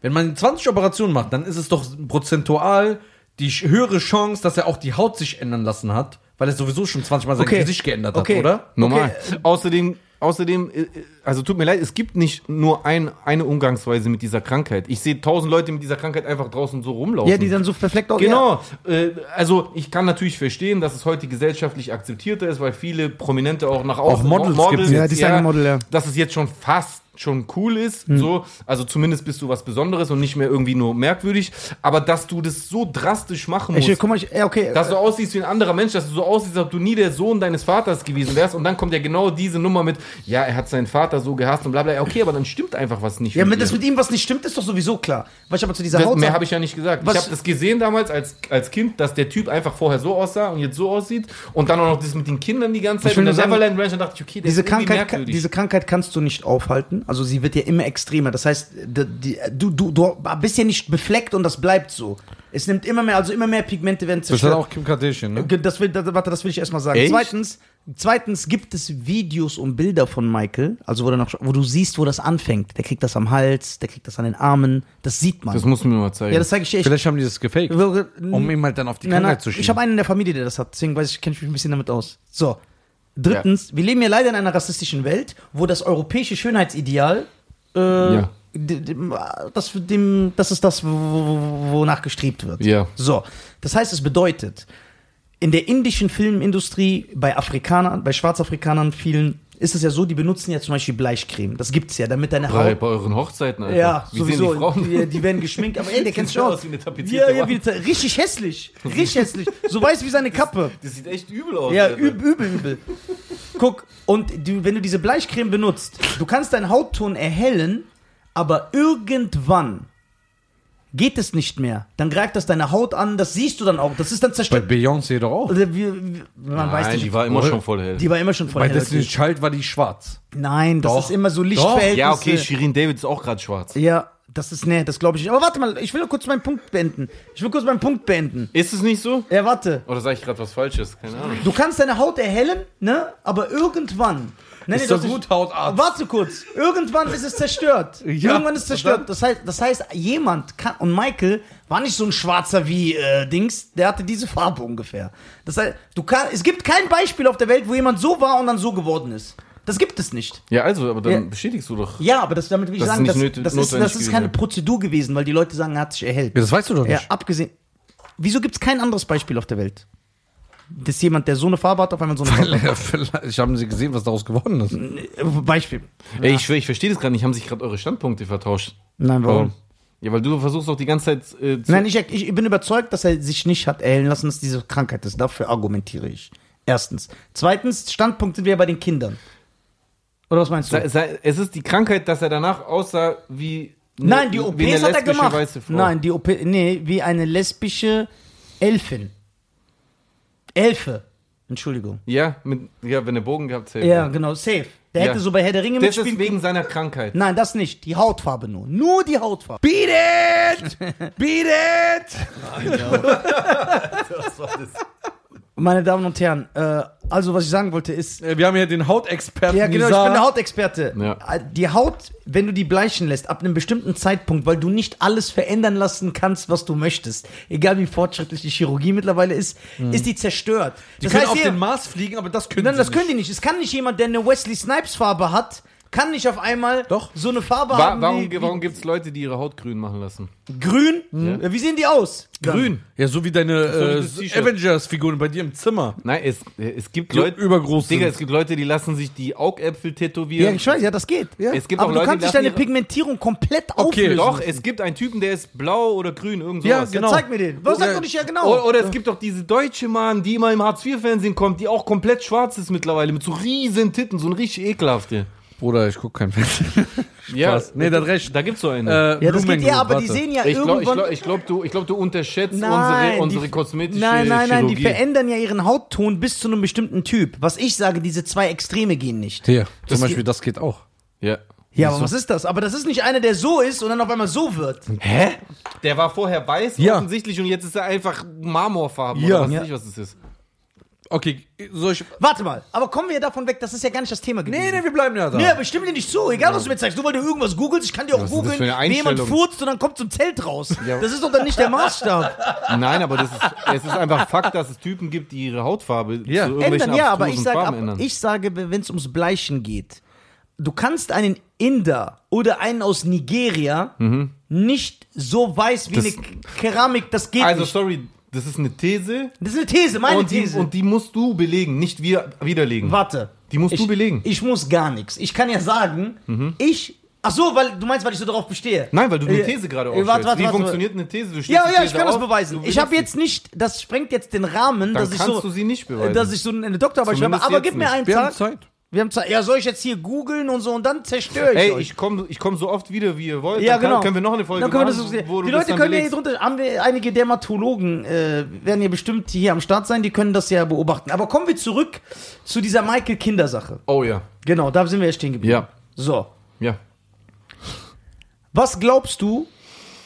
Wenn man 20 Operationen macht, dann ist es doch prozentual die sch- höhere Chance, dass er auch die Haut sich ändern lassen hat, weil er sowieso schon 20 Mal sein
Okay.
Gesicht geändert
Okay.
hat, oder?
Normal. äh, Außerdem, außerdem, äh, äh, also tut mir leid, es gibt nicht nur ein, eine Umgangsweise mit dieser Krankheit. Ich sehe tausend Leute mit dieser Krankheit einfach draußen so rumlaufen.
Ja, die dann so perfekt aus.
Genau. Äh, Also ich kann natürlich verstehen, dass es heute gesellschaftlich akzeptierter ist, weil viele Prominente auch nach außen
Models gibt's
jetzt. Ja, die sagen Model, ja. Hm.
Dass es jetzt schon fast schon cool ist. So, also zumindest bist du was Besonderes und nicht mehr irgendwie nur merkwürdig. Aber dass du das so drastisch machen
Ich,
musst.
guck mal, ich, ja, okay.
Dass du aussiehst wie ein anderer Mensch, dass du so aussiehst, als ob du nie der Sohn deines Vaters gewesen wärst. Und dann kommt ja genau diese Nummer mit, ja, er hat seinen Vater so gehasst und bla bla. Ja, Okay, aber dann stimmt einfach was nicht.
ja,
mit
mit, das
dir.
mit ihm, was nicht stimmt, ist doch sowieso klar. Was ich aber zu dieser
das,
Haut.
mehr habe ich ja nicht gesagt.
Was-
Ich habe das gesehen damals als, als Kind, dass der Typ einfach vorher so aussah und jetzt so aussieht. Und dann auch noch das mit den Kindern die ganze Zeit.
Ich will
und
nur
der
sagen,
Neverland Ranch, dann dachte ich, okay, der
diese
ist irgendwie
Krankheit,
merkwürdig.
diese Krankheit kannst du nicht aufhalten. Also sie wird ja immer extremer. Das heißt, d- die, du, du, du bist ja nicht befleckt und das bleibt so. Es nimmt immer mehr, also immer mehr Pigmente werden
Das hat
zerstört.
auch Kim Kardashian, ne?
Ge- Das will, das, warte, das will ich erstmal sagen.
Echt?
Zweitens, Zweitens gibt es Videos und Bilder von Michael, also wo, der noch, wo du siehst, wo das anfängt. Der kriegt das am Hals, der kriegt das an den Armen. Das sieht man.
Das musst du mir mal zeigen.
ja, das zeige ich dir echt.
Vielleicht haben die das gefaked, um ihm halt dann auf die
Nein, nein,
Krankheit zu schieben.
ich habe einen in der Familie, der das hat. Deswegen weiß ich, kenne ich mich ein bisschen damit aus. So. Drittens, wir leben ja leider in einer rassistischen Welt, wo das europäische Schönheitsideal, äh,
Ja.
d- dem, das, dem, das ist das, wo- wo- wonach gestrebt wird.
Ja.
So. Das heißt, es bedeutet, in der indischen Filmindustrie, bei Afrikanern, bei Schwarzafrikanern vielen, ist es ja so, die benutzen ja zum Beispiel Bleichcreme. Das gibt's ja, damit deine
bei,
Haut.
bei euren Hochzeiten, Alter.
Ja,
Wie
sowieso.
sehen die Frauen?
die, die werden geschminkt, aber ey, der
Die
kennt sich
sehen
aus.
aus wie eine
ja,
tapezierte
ja,
Wand.
wie eine, richtig hässlich. Richtig hässlich. So weiß wie seine Kappe.
das sieht echt übel aus.
Ja,
Alter.
üb, übel, übel. Guck, und du, wenn du diese Bleichcreme benutzt, du kannst deinen Hautton erhellen, aber irgendwann geht es nicht mehr. Dann greift das deine Haut an, das siehst du dann auch. Das ist dann
Bei
zerstört.
Beyoncé doch auch.
Also, wir- wir- Man
Nein,
weiß nicht.
die war immer schon voll hell.
die war immer schon voll
Bei
hell
Destiny's
natürlich.
Child war die schwarz.
Nein, das
Doch.
ist äh, immer so Lichtverhältnisse.
ja, okay, Shirin David ist auch gerade schwarz.
Ja, das ist ne, das glaube ich nicht. Aber warte mal, ich will kurz meinen Punkt beenden. Ich will kurz meinen Punkt beenden.
Ist es nicht so?
Ja, warte.
Oder sage ich gerade was Falsches? Keine Ahnung.
Du kannst deine Haut erhellen, ne? Aber irgendwann. Nee, nee,
Ist doch
das
gut, Hautarzt.
Warte kurz. Irgendwann ist es zerstört.
Ja,
Irgendwann ist es
und
zerstört. Das heißt, das heißt, jemand kann. Und Michael war nicht so ein Schwarzer wie äh, Dings. Der hatte diese Farbe ungefähr. Das heißt, du kann, es gibt kein Beispiel auf der Welt, wo jemand so war und dann so geworden ist. Das gibt es nicht.
Ja, also, aber dann
Ja.
bestätigst du doch.
Ja, aber das, damit will ich
Das ist
sagen,
nicht
das,
nöt-
das, ist,
notwendig
das ist keine
gewesen.
Prozedur gewesen, weil die Leute sagen, er hat sich erhellt.
Ja, das weißt du doch
Ja,
nicht.
abgesehen. Wieso gibt es kein anderes Beispiel auf der Welt? Dass jemand, der so eine Farbe hat, auf einmal so eine Farbe
Vielleicht haben sie gesehen, was daraus geworden ist.
hat. Beispiel.
Ey, ich, schwör, ich verstehe das gerade nicht. Haben sich gerade eure Standpunkte vertauscht?
Nein, warum?
Ja, weil du versuchst doch die ganze Zeit äh, zu.
Nein, ich, ich bin überzeugt, dass er sich nicht hat erhellen lassen, dass diese Krankheit ist. Dafür argumentiere ich. Erstens. Zweitens, Standpunkt sind wir bei den Kindern. Oder was meinst du?
sei, sei, es ist die Krankheit, dass er danach aussah wie. eine-
Nein, die
wie
OPs
eine
hat er
lesbische
gemacht.
Weiße Frau.
Nein, die OP, nee, wie eine lesbische Elfin. Elfe. Entschuldigung.
Ja, mit, ja, wenn er Bogen gehabt hätte.
Ja, genau, safe. Der
Ja.
hätte so bei Herr der Ringe
Das
mitspielen
ist wegen seiner Krankheit.
Nein, das nicht. Die Hautfarbe nur. Nur die Hautfarbe.
Beat it! Beat it!
Meine Damen und Herren, äh, also was ich sagen wollte ist.
Äh, Wir haben hier den Hautexperten.
Ja, genau, ich
Nizar.
bin der Hautexperte.
Ja.
Äh, Die Haut, wenn du die bleichen lässt, ab einem bestimmten Zeitpunkt, weil du nicht alles verändern lassen kannst, was du möchtest, egal wie fortschrittlich die Chirurgie mittlerweile ist,
Hm.
ist die zerstört.
Die können auf
ihr-
den Mars fliegen, aber das können
Nein,
sie
das
nicht.
können die nicht. Es kann nicht jemand, der eine Wesley Snipes Farbe hat, kann nicht auf einmal
Doch.
so eine Farbe
Wa
haben.
warum
wie,
warum gibt es Leute, die ihre Haut grün machen lassen?
wie, grün? Äh, Wie sehen die aus?
Grün.
Ja, so wie deine
das
äh,
T-Shirt.
Avengers-Figuren bei dir im Zimmer.
Nein, es, es gibt
Die
Leute.
übergroß
Digga,
sind.
es gibt Leute, die lassen sich die Augäpfel
Ja,
tätowieren.
ich weiß, ja, das geht. Ja.
Es gibt
Aber
auch
du
Leute,
kannst
die
nicht deine
lassen ihre-
Pigmentierung komplett
Okay,
auflösen.
Doch, es gibt einen Typen, der ist blau oder grün, irgend
Ja,
sowas.
Dann
genau.
zeig mir den. Was
Oder-
sagt doch nicht ja genau?
Oder, oder es gibt doch diese deutsche Mann, die immer im Hartz-IV-Fernsehen kommt, die auch komplett schwarz ist mittlerweile, mit so riesen Titten, so ein richtig ekelhafte.
Bruder, ich guck kein Fernsehen.
Ja,
Spaß. Nee, da hat recht.
Da gibt's so einen.
Äh,
ja, das geht
Blumen-
ja, aber die
warte.
sehen ja
ich glaube,
irgendwann.
glaub, ich glaub, du, ich glaub, du unterschätzt
Nein,
unsere, unsere
die-
kosmetische
Nein, nein, nein, die
Chirurgie.
verändern ja ihren Hautton bis zu einem bestimmten Typ. Was ich sage, diese zwei Extreme gehen nicht.
Hier, zum
Das
Beispiel,
geht-
das geht auch.
ja.
Ja, aber was ist das? Aber das ist nicht einer, der so ist und dann auf einmal so wird.
Hä? Der war vorher weiß
Ja.
offensichtlich und jetzt ist er einfach Marmorfarben
Ja.
oder was
Ja.
nicht, was es ist.
Okay, soll ich.
Warte mal, aber kommen wir davon weg, das ist ja gar nicht das Thema gewesen.
Nee, nee, wir bleiben ja da.
Nee, aber ich stimme dir nicht zu. Egal, was du mir zeigst. Nur weil du irgendwas googelst, ich kann dir auch
was ist das
googeln,
für eine
wie jemand
Einstellung?
furzt und dann kommt zum Zelt raus. Das ist doch dann nicht der Maßstab.
Nein, aber das ist, es ist einfach Fakt, dass es Typen gibt, die ihre Hautfarbe
Ja.
zu irgendwelchen
ändern, ja, aber ich,
abstrusen
sag,
Farben
ab,
ändern.
ich sage, wenn es ums Bleichen geht, du kannst einen Inder oder einen aus Nigeria nicht so weiß wie
Mhm. Das-
eine Keramik, das geht
also,
nicht.
sorry, das ist eine These.
Das ist eine These, meine
und,
These.
Die, und die musst du belegen, nicht wir widerlegen.
Warte.
Die musst
ich,
du belegen. Mhm.
Ich muss gar nichts. Ich kann ja sagen, ich. Ach so, weil du meinst, weil ich so darauf bestehe.
Nein, weil du eine
Äh,
These gerade
äh,
aufstellst.
Warte, warte,
Wie
warte.
funktioniert eine These? Du stellst
Ja,
die
ja,
These
ich kann das
auf,
beweisen.
du
Ich habe
widerlegst
jetzt nicht, das sprengt jetzt den Rahmen,
Dann
dass ich
kannst
so,
du sie nicht
äh,
beweisen.
dass ich so eine Doktorarbeit schreibe.
Zumindest
Aber
jetzt
gib mir
nicht.
einen
wir haben
Tag.
Zeit.
Wir haben Zeit. Ja, soll ich jetzt hier googeln und so und dann zerstöre ich
sie. Ey,
euch.
ich komme ich komm so oft wieder, wie ihr wollt.
ja,
Dann kann-
genau.
Können wir noch eine Folge
dann können wir das
machen,
so-
wo du
Die
das
Leute
dann
können ja hier
belegst.
drunter, haben wir einige Dermatologen, äh, werden ja bestimmt hier am Start sein, die können das ja beobachten. Aber kommen wir zurück zu dieser Michael-Kinder-Sache.
Oh ja,
Genau, da sind wir ja stehen geblieben.
ja,
So.
ja.
Was glaubst du,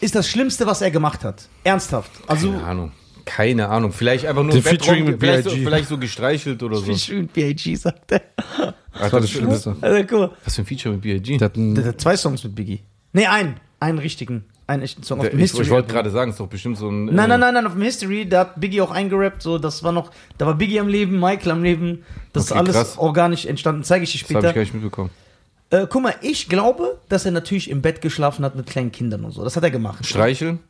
ist das Schlimmste, was er gemacht hat? Ernsthaft. Also,
Keine Ahnung. Keine Ahnung. Vielleicht einfach nur
Den
Bettrock-
Featuring mit
vielleicht, so,
B.I.G..
vielleicht so gestreichelt oder so.
Wie schön B.I.G. sagt er.
Das war das Schlimmste.
Also guck mal.
Was für ein Feature mit B.I.G.?
Der hat
Der
einen,
hat zwei Songs mit Biggie. Nee, einen. Einen richtigen. Einen echten Song auf
Ich,
dem
ich
History.
wollte gerade sagen, ist doch bestimmt so ein. äh,
Nein, nein, nein, nein, auf dem History, da hat Biggie auch eingerappt, so, das war noch, da war Biggie am Leben, Michael am Leben, das ist
Okay,
alles
krass.
organisch entstanden, zeige ich dir
Das habe ich
später.
gar nicht mitbekommen.
äh, guck mal, ich glaube, dass er natürlich im Bett geschlafen hat mit kleinen Kindern und so, das hat er gemacht.
Streicheln?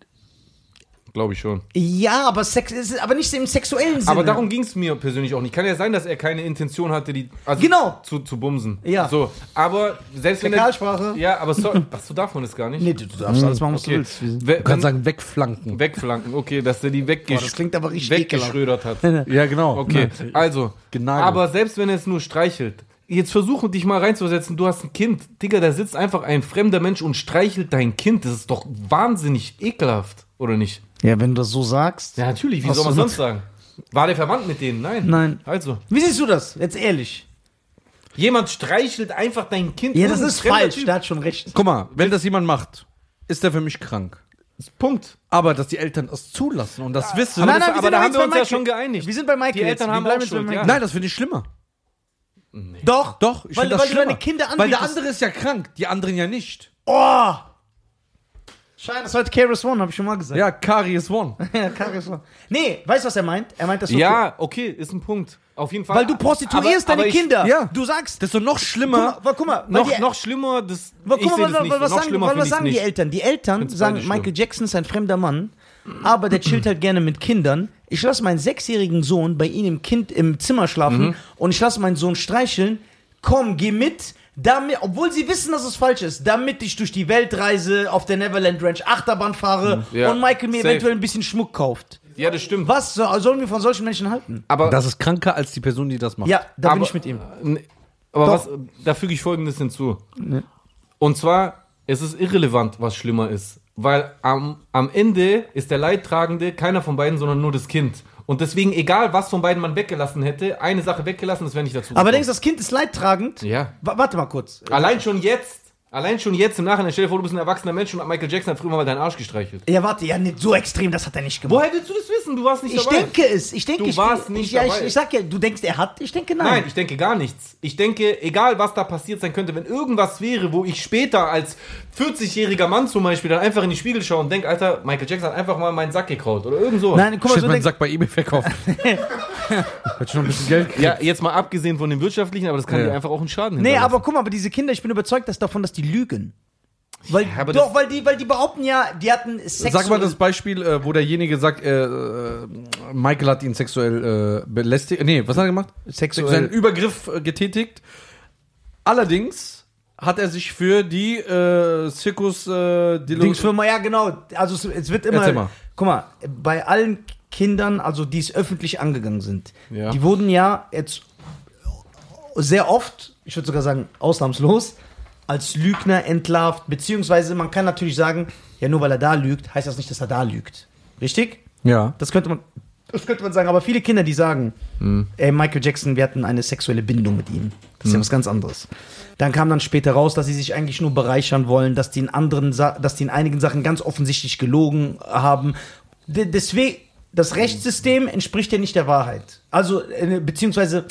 Glaube ich schon.
Ja, aber Sex ist, aber nicht im sexuellen Sinne.
Aber darum ging es mir persönlich auch nicht. Kann ja sein, dass er keine Intention hatte, die also
Genau.
zu, zu bumsen.
Ja.
So, aber selbst wenn er.
Fäkalsprache?
Ja, aber so, ach so darf man das gar nicht.
Nee, du, du darfst alles machen, was
Hm, Okay.
du willst.
We-
du kannst
wenn-
sagen, wegflanken.
Wegflanken, okay, dass er die
Boah, Oh, das
weggesch
klingt aber richtig ekelhaft.
weggeschrödert hat.
Ja, genau.
Okay, also,
Genagelt.
aber selbst wenn er es nur streichelt, jetzt versuche dich mal reinzusetzen, du hast ein Kind, Digga, da sitzt einfach ein fremder Mensch und streichelt dein Kind, das ist doch wahnsinnig ekelhaft, oder nicht?
Ja, wenn du das so sagst.
Ja, natürlich, wie
Hast
soll man
du-
sonst sagen? War der verwandt mit denen? Nein.
Nein.
Also,
Wie siehst du das? Jetzt ehrlich.
jemand streichelt einfach dein Kind.
Ja, das
Irgendein
ist
fremder
falsch,
Typ.
der hat schon recht.
Guck mal, wenn das jemand macht, ist der für mich krank.
Punkt.
Aber dass die Eltern das zulassen und das wissen.
Nein, nein,
das-
wir
aber
sind
da
doch
haben
jetzt
wir uns
bei
ja
Michael.
schon geeinigt.
Wir sind bei Michael.
Die Eltern
jetzt.
haben
wir bleiben
auch
jetzt bei
Schuld,
Michael.
ja.
Nein, das finde ich schlimmer.
Doch,
Doch, ich
weil,
finde das
weil du
schlimmer.
deine Kinder
weil der
anbietest.
andere ist ja krank, die anderen ja nicht.
Oh! Scheiße, das sollte Karis One, habe ich schon mal gesagt.
Ja, Kari ist one.
Ja, Karis One. Nee, weißt du, was er meint? Er meint das so.
Ja, okay, ist ein Punkt. Auf jeden Fall.
Weil du prostituierst
Aber- aber
deine
ich-
Kinder.
ja.
Du sagst.
Das ist doch noch
Guck
schlimmer.
mal, wa- guck mal, weil
Noch,
die,
noch schlimmer, das.
wa- guck
ich seh
mal
das
wa-
nicht.
wa- was
noch
sagen,
schlimmer
wa-
finde
was
ich
sagen die
nicht.
Eltern? Die Eltern
beide
sagen,
schlimm.
Michael Jackson ist ein fremder Mann, aber der chillt halt gerne mit Kindern. Ich lasse meinen sechsjährigen Sohn bei ihm im Kind im Zimmer
Mhm.
schlafen und ich lasse meinen Sohn streicheln. Komm, geh mit. Damit, obwohl sie wissen, dass es falsch ist, damit ich durch die Welt reise, auf der Neverland Ranch Achterbahn fahre
Ja,
und Michael mir
safe.
eventuell ein bisschen Schmuck kauft.
Ja, das stimmt.
Was so- sollen wir von solchen Menschen halten?
Aber,
Das ist kranker als die Person, die das macht.
Ja, da bin
aber-
ich mit ihm.
Nee, aber
Doch.
was, da füge ich Folgendes hinzu. Und zwar, es ist irrelevant, was schlimmer ist. Weil am, am Ende ist der Leidtragende keiner von beiden, sondern nur das Kind. Und deswegen, egal was von beiden man weggelassen hätte, eine Sache weggelassen, das wäre nicht dazu
Aber
gekommen.
denkst du, das Kind ist leidtragend?
Ja.
Wa- warte mal kurz.
Allein schon jetzt, allein schon jetzt im Nachhinein, stell dir vor, du bist ein erwachsener Mensch und Michael Jackson hat früher mal deinen Arsch gestreichelt.
Ja, warte, ja, nicht so extrem, das hat er nicht gemacht.
Woher willst du das wissen? Du warst nicht
Ich
dabei.
denke es, ich denke
Du
ich,
warst nicht
ich, ja, ich,
dabei.
ich sag ja, du denkst, er hat, ich denke nein.
Nein, ich denke gar nichts. Ich denke, egal was da passiert sein könnte, wenn irgendwas wäre, wo ich später als 40-jähriger Mann zum Beispiel dann einfach in den Spiegel schaue und denke, Alter, Michael Jackson hat einfach mal meinen Sack gekraut oder irgend so.
nein guck
Ich
mal,
hätte
so
meinen
denk,
Sack bei eBay verkauft. Hätte schon ein bisschen Geld gekriegt.
Ja, jetzt mal abgesehen von dem wirtschaftlichen, aber das kann
Ja.
dir einfach auch einen Schaden
Nee,
hinterlassen.
aber guck mal, aber diese Kinder, ich bin überzeugt dass davon, dass die lügen. Weil,
aber
doch,
das-
weil die, weil die behaupten ja, die hatten Sex.
Sag mal das Beispiel, äh, wo derjenige sagt, äh, äh, Michael hat ihn sexuell äh, belästigt. Nee, was hat er gemacht?
Sexuell.
Seinen Übergriff äh, getätigt. Allerdings hat er sich für die äh, Circus äh, Dilo-
Dingsfirma, ja genau. Also es, es wird immer.
Erzähl mal.
Guck mal, bei allen Kindern, also die es öffentlich angegangen sind,
Ja.
die wurden ja jetzt sehr oft, ich würde sogar sagen ausnahmslos, als Lügner entlarvt. Beziehungsweise man kann natürlich sagen, ja nur weil er da lügt, heißt das nicht, dass er da lügt. Richtig?
Ja.
Das könnte man, das könnte man sagen. Aber viele Kinder, die sagen,
Hm.
ey, Michael Jackson, wir hatten eine sexuelle Bindung mit ihm. Das ist ja was ganz anderes. Dann kam dann später raus, dass sie sich eigentlich nur bereichern wollen, dass die in anderen, Sa- dass die in einigen Sachen ganz offensichtlich gelogen haben. De- Deswegen, das Rechtssystem entspricht ja nicht der Wahrheit. Also, äh, beziehungsweise,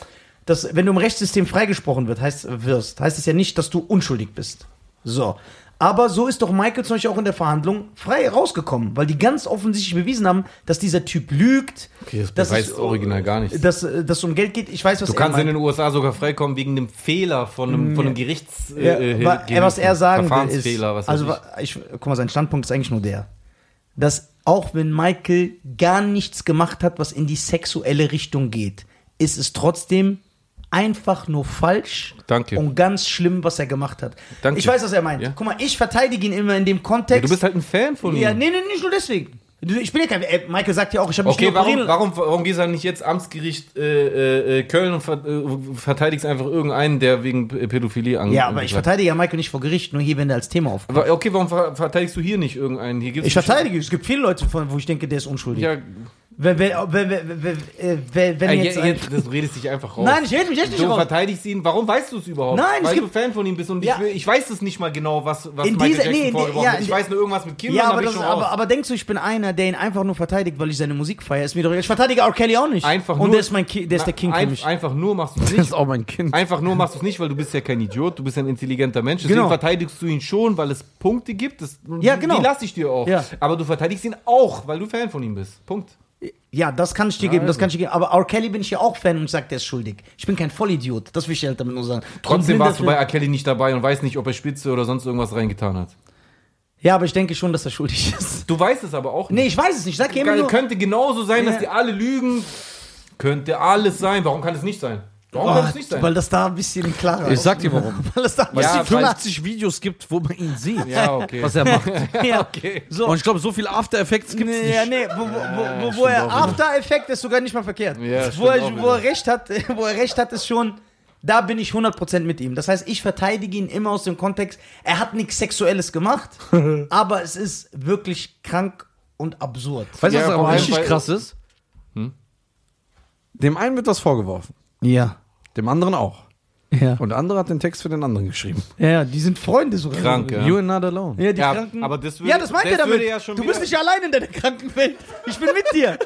das, wenn du im Rechtssystem freigesprochen wird, heißt, wirst, heißt es ja nicht, dass du unschuldig bist. So. Aber so ist doch Michael zum Beispiel auch in der Verhandlung frei rausgekommen, weil die ganz offensichtlich beweisen haben, dass dieser Typ lügt.
Okay, das
dass
beweist
es-
original gar nichts.
Dass, äh, dass es um Geld geht. Ich weiß, was
Du
er
kannst in
meint.
den USA sogar freikommen wegen dem Fehler von einem, von einem Gerichts...
Ja,
äh,
wa-
Gericht-
was er sagen will ist,
Verfahrensfehler, was weiß
also
ich.
wa- ich, guck mal, sein Standpunkt ist eigentlich nur der, dass auch wenn Michael gar nichts gemacht hat, was in die sexuelle Richtung geht, ist es trotzdem einfach nur falsch
Danke.
und ganz schlimm, was er gemacht hat.
Danke.
Ich weiß, was er meint.
Ja.
Guck mal, ich verteidige ihn immer in dem Kontext.
Ja, du bist halt ein Fan von
ja,
ihm.
nee, nee, nicht nur deswegen. Du- Ich bin ja kein. Äh, Michael sagt ja auch, ich habe mich
Okay,
nur operieren-
warum, warum, warum gehst du dann nicht jetzt Amtsgericht äh, äh, äh, Köln und ver äh, verteidigst einfach irgendeinen, der wegen P- Pädophilie angeht?
Ja, aber ich verteidige ja Michael nicht vor Gericht, nur hier, wenn er als Thema aufkommt.
Okay, warum ver verteidigst du hier nicht irgendeinen? Hier gibt's
Ich verteidige, es gibt viele Leute, von, wo ich denke, der ist unschuldig.
Ja,
Wenn, wenn, wenn, wenn, wenn, äh, wenn, wenn
Ey,
jetzt,
jetzt,
ein-
jetzt, das redest dich einfach raus.
Nein, ich rede mich echt nicht
Du
raus.
verteidigst ihn. Warum weißt du es überhaupt?
Nein, es
Weil
gibt-
du Fan von ihm bist und
Ja.
ich, will, ich weiß es nicht mal genau, was, was
In
Michael
dieser-
Jackson
nee, in der-
vorgeworfen
ja,
hat.
in
Ich
der-
weiß nur irgendwas mit Kindern,
Ja,
da
aber,
bin ich
das,
schon
aber,
raus.
aber denkst du, ich bin einer, der ihn einfach nur verteidigt, weil ich seine Musik feiere? Ist mir doch egal. Ich verteidige R. Kelly auch nicht.
Einfach
Und
nur-
der ist, mein Ki der, ist der King für
Ein-
mich.
Einfach nur machst du es
Das ist
nicht.
auch mein Kind.
Einfach nur machst du es nicht, weil du bist ja kein Idiot, du bist ein intelligenter Mensch.
Genau.
Deswegen verteidigst du ihn schon, weil es Punkte gibt. Das,
Ja,
die-
genau.
Die lasse ich dir auch.
Ja.
Aber du verteidigst ihn auch, weil du Fan von ihm bist. Punkt.
Ja, das kann ich dir geben, das kann ich dir geben. Aber R. Kelly bin ich ja auch Fan und ich sag, der ist schuldig. Ich bin kein Vollidiot. Das will ich dir halt damit nur sagen.
Trotzdem
Und
warst du
blind
bei Akelli nicht dabei und weißt nicht, ob er Spitze oder sonst irgendwas reingetan hat.
dafür- Ja, aber ich denke schon, dass er schuldig ist.
Du weißt es aber auch nicht.
Nee, ich weiß es nicht. Ich sag dir immer
Geil,
nur,
könnte genauso sein,
Ja.
dass die alle lügen. Könnte alles sein. Warum kann es nicht sein? Warum kann
oh,
es nicht sein?
weil das da ein bisschen klarer
Ich sag dir warum.
Ah, Weil das da ein
Weil
bisschen
es die
klarer
50 Videos gibt, wo man ihn sieht,
ja, okay.
was er macht.
Ja, okay. So.
Und ich glaube, so viele After Effects gibt es
Nee,
nicht.
ja, nee, wo, wo, wo, wo, wo er After Effect ist sogar nicht mal verkehrt.
Ja,
wo, er,
stimmt auch
wo er recht hat, wo er recht hat, ist schon, da bin ich 100% mit ihm. Das heißt, ich verteidige ihn immer aus dem Kontext, er hat nichts Sexuelles gemacht, aber es ist wirklich krank und absurd.
Weißt du, was
Ja, vor
aber
allem,
richtig
weil-
krass ist? Hm? Dem einen wird das vorgeworfen,
Ja.
dem anderen auch.
Ja.
Und der andere hat den Text für den anderen geschrieben.
ja, die sind Freunde sogar.
Krank, ja.
You and not alone.
Ja, die
Ja,
Kranken.
aber das würde-
ja, das meint
das
er damit.
würde ja schon
du bist
wieder-
nicht allein in deiner Krankenwelt. Ich bin mit dir.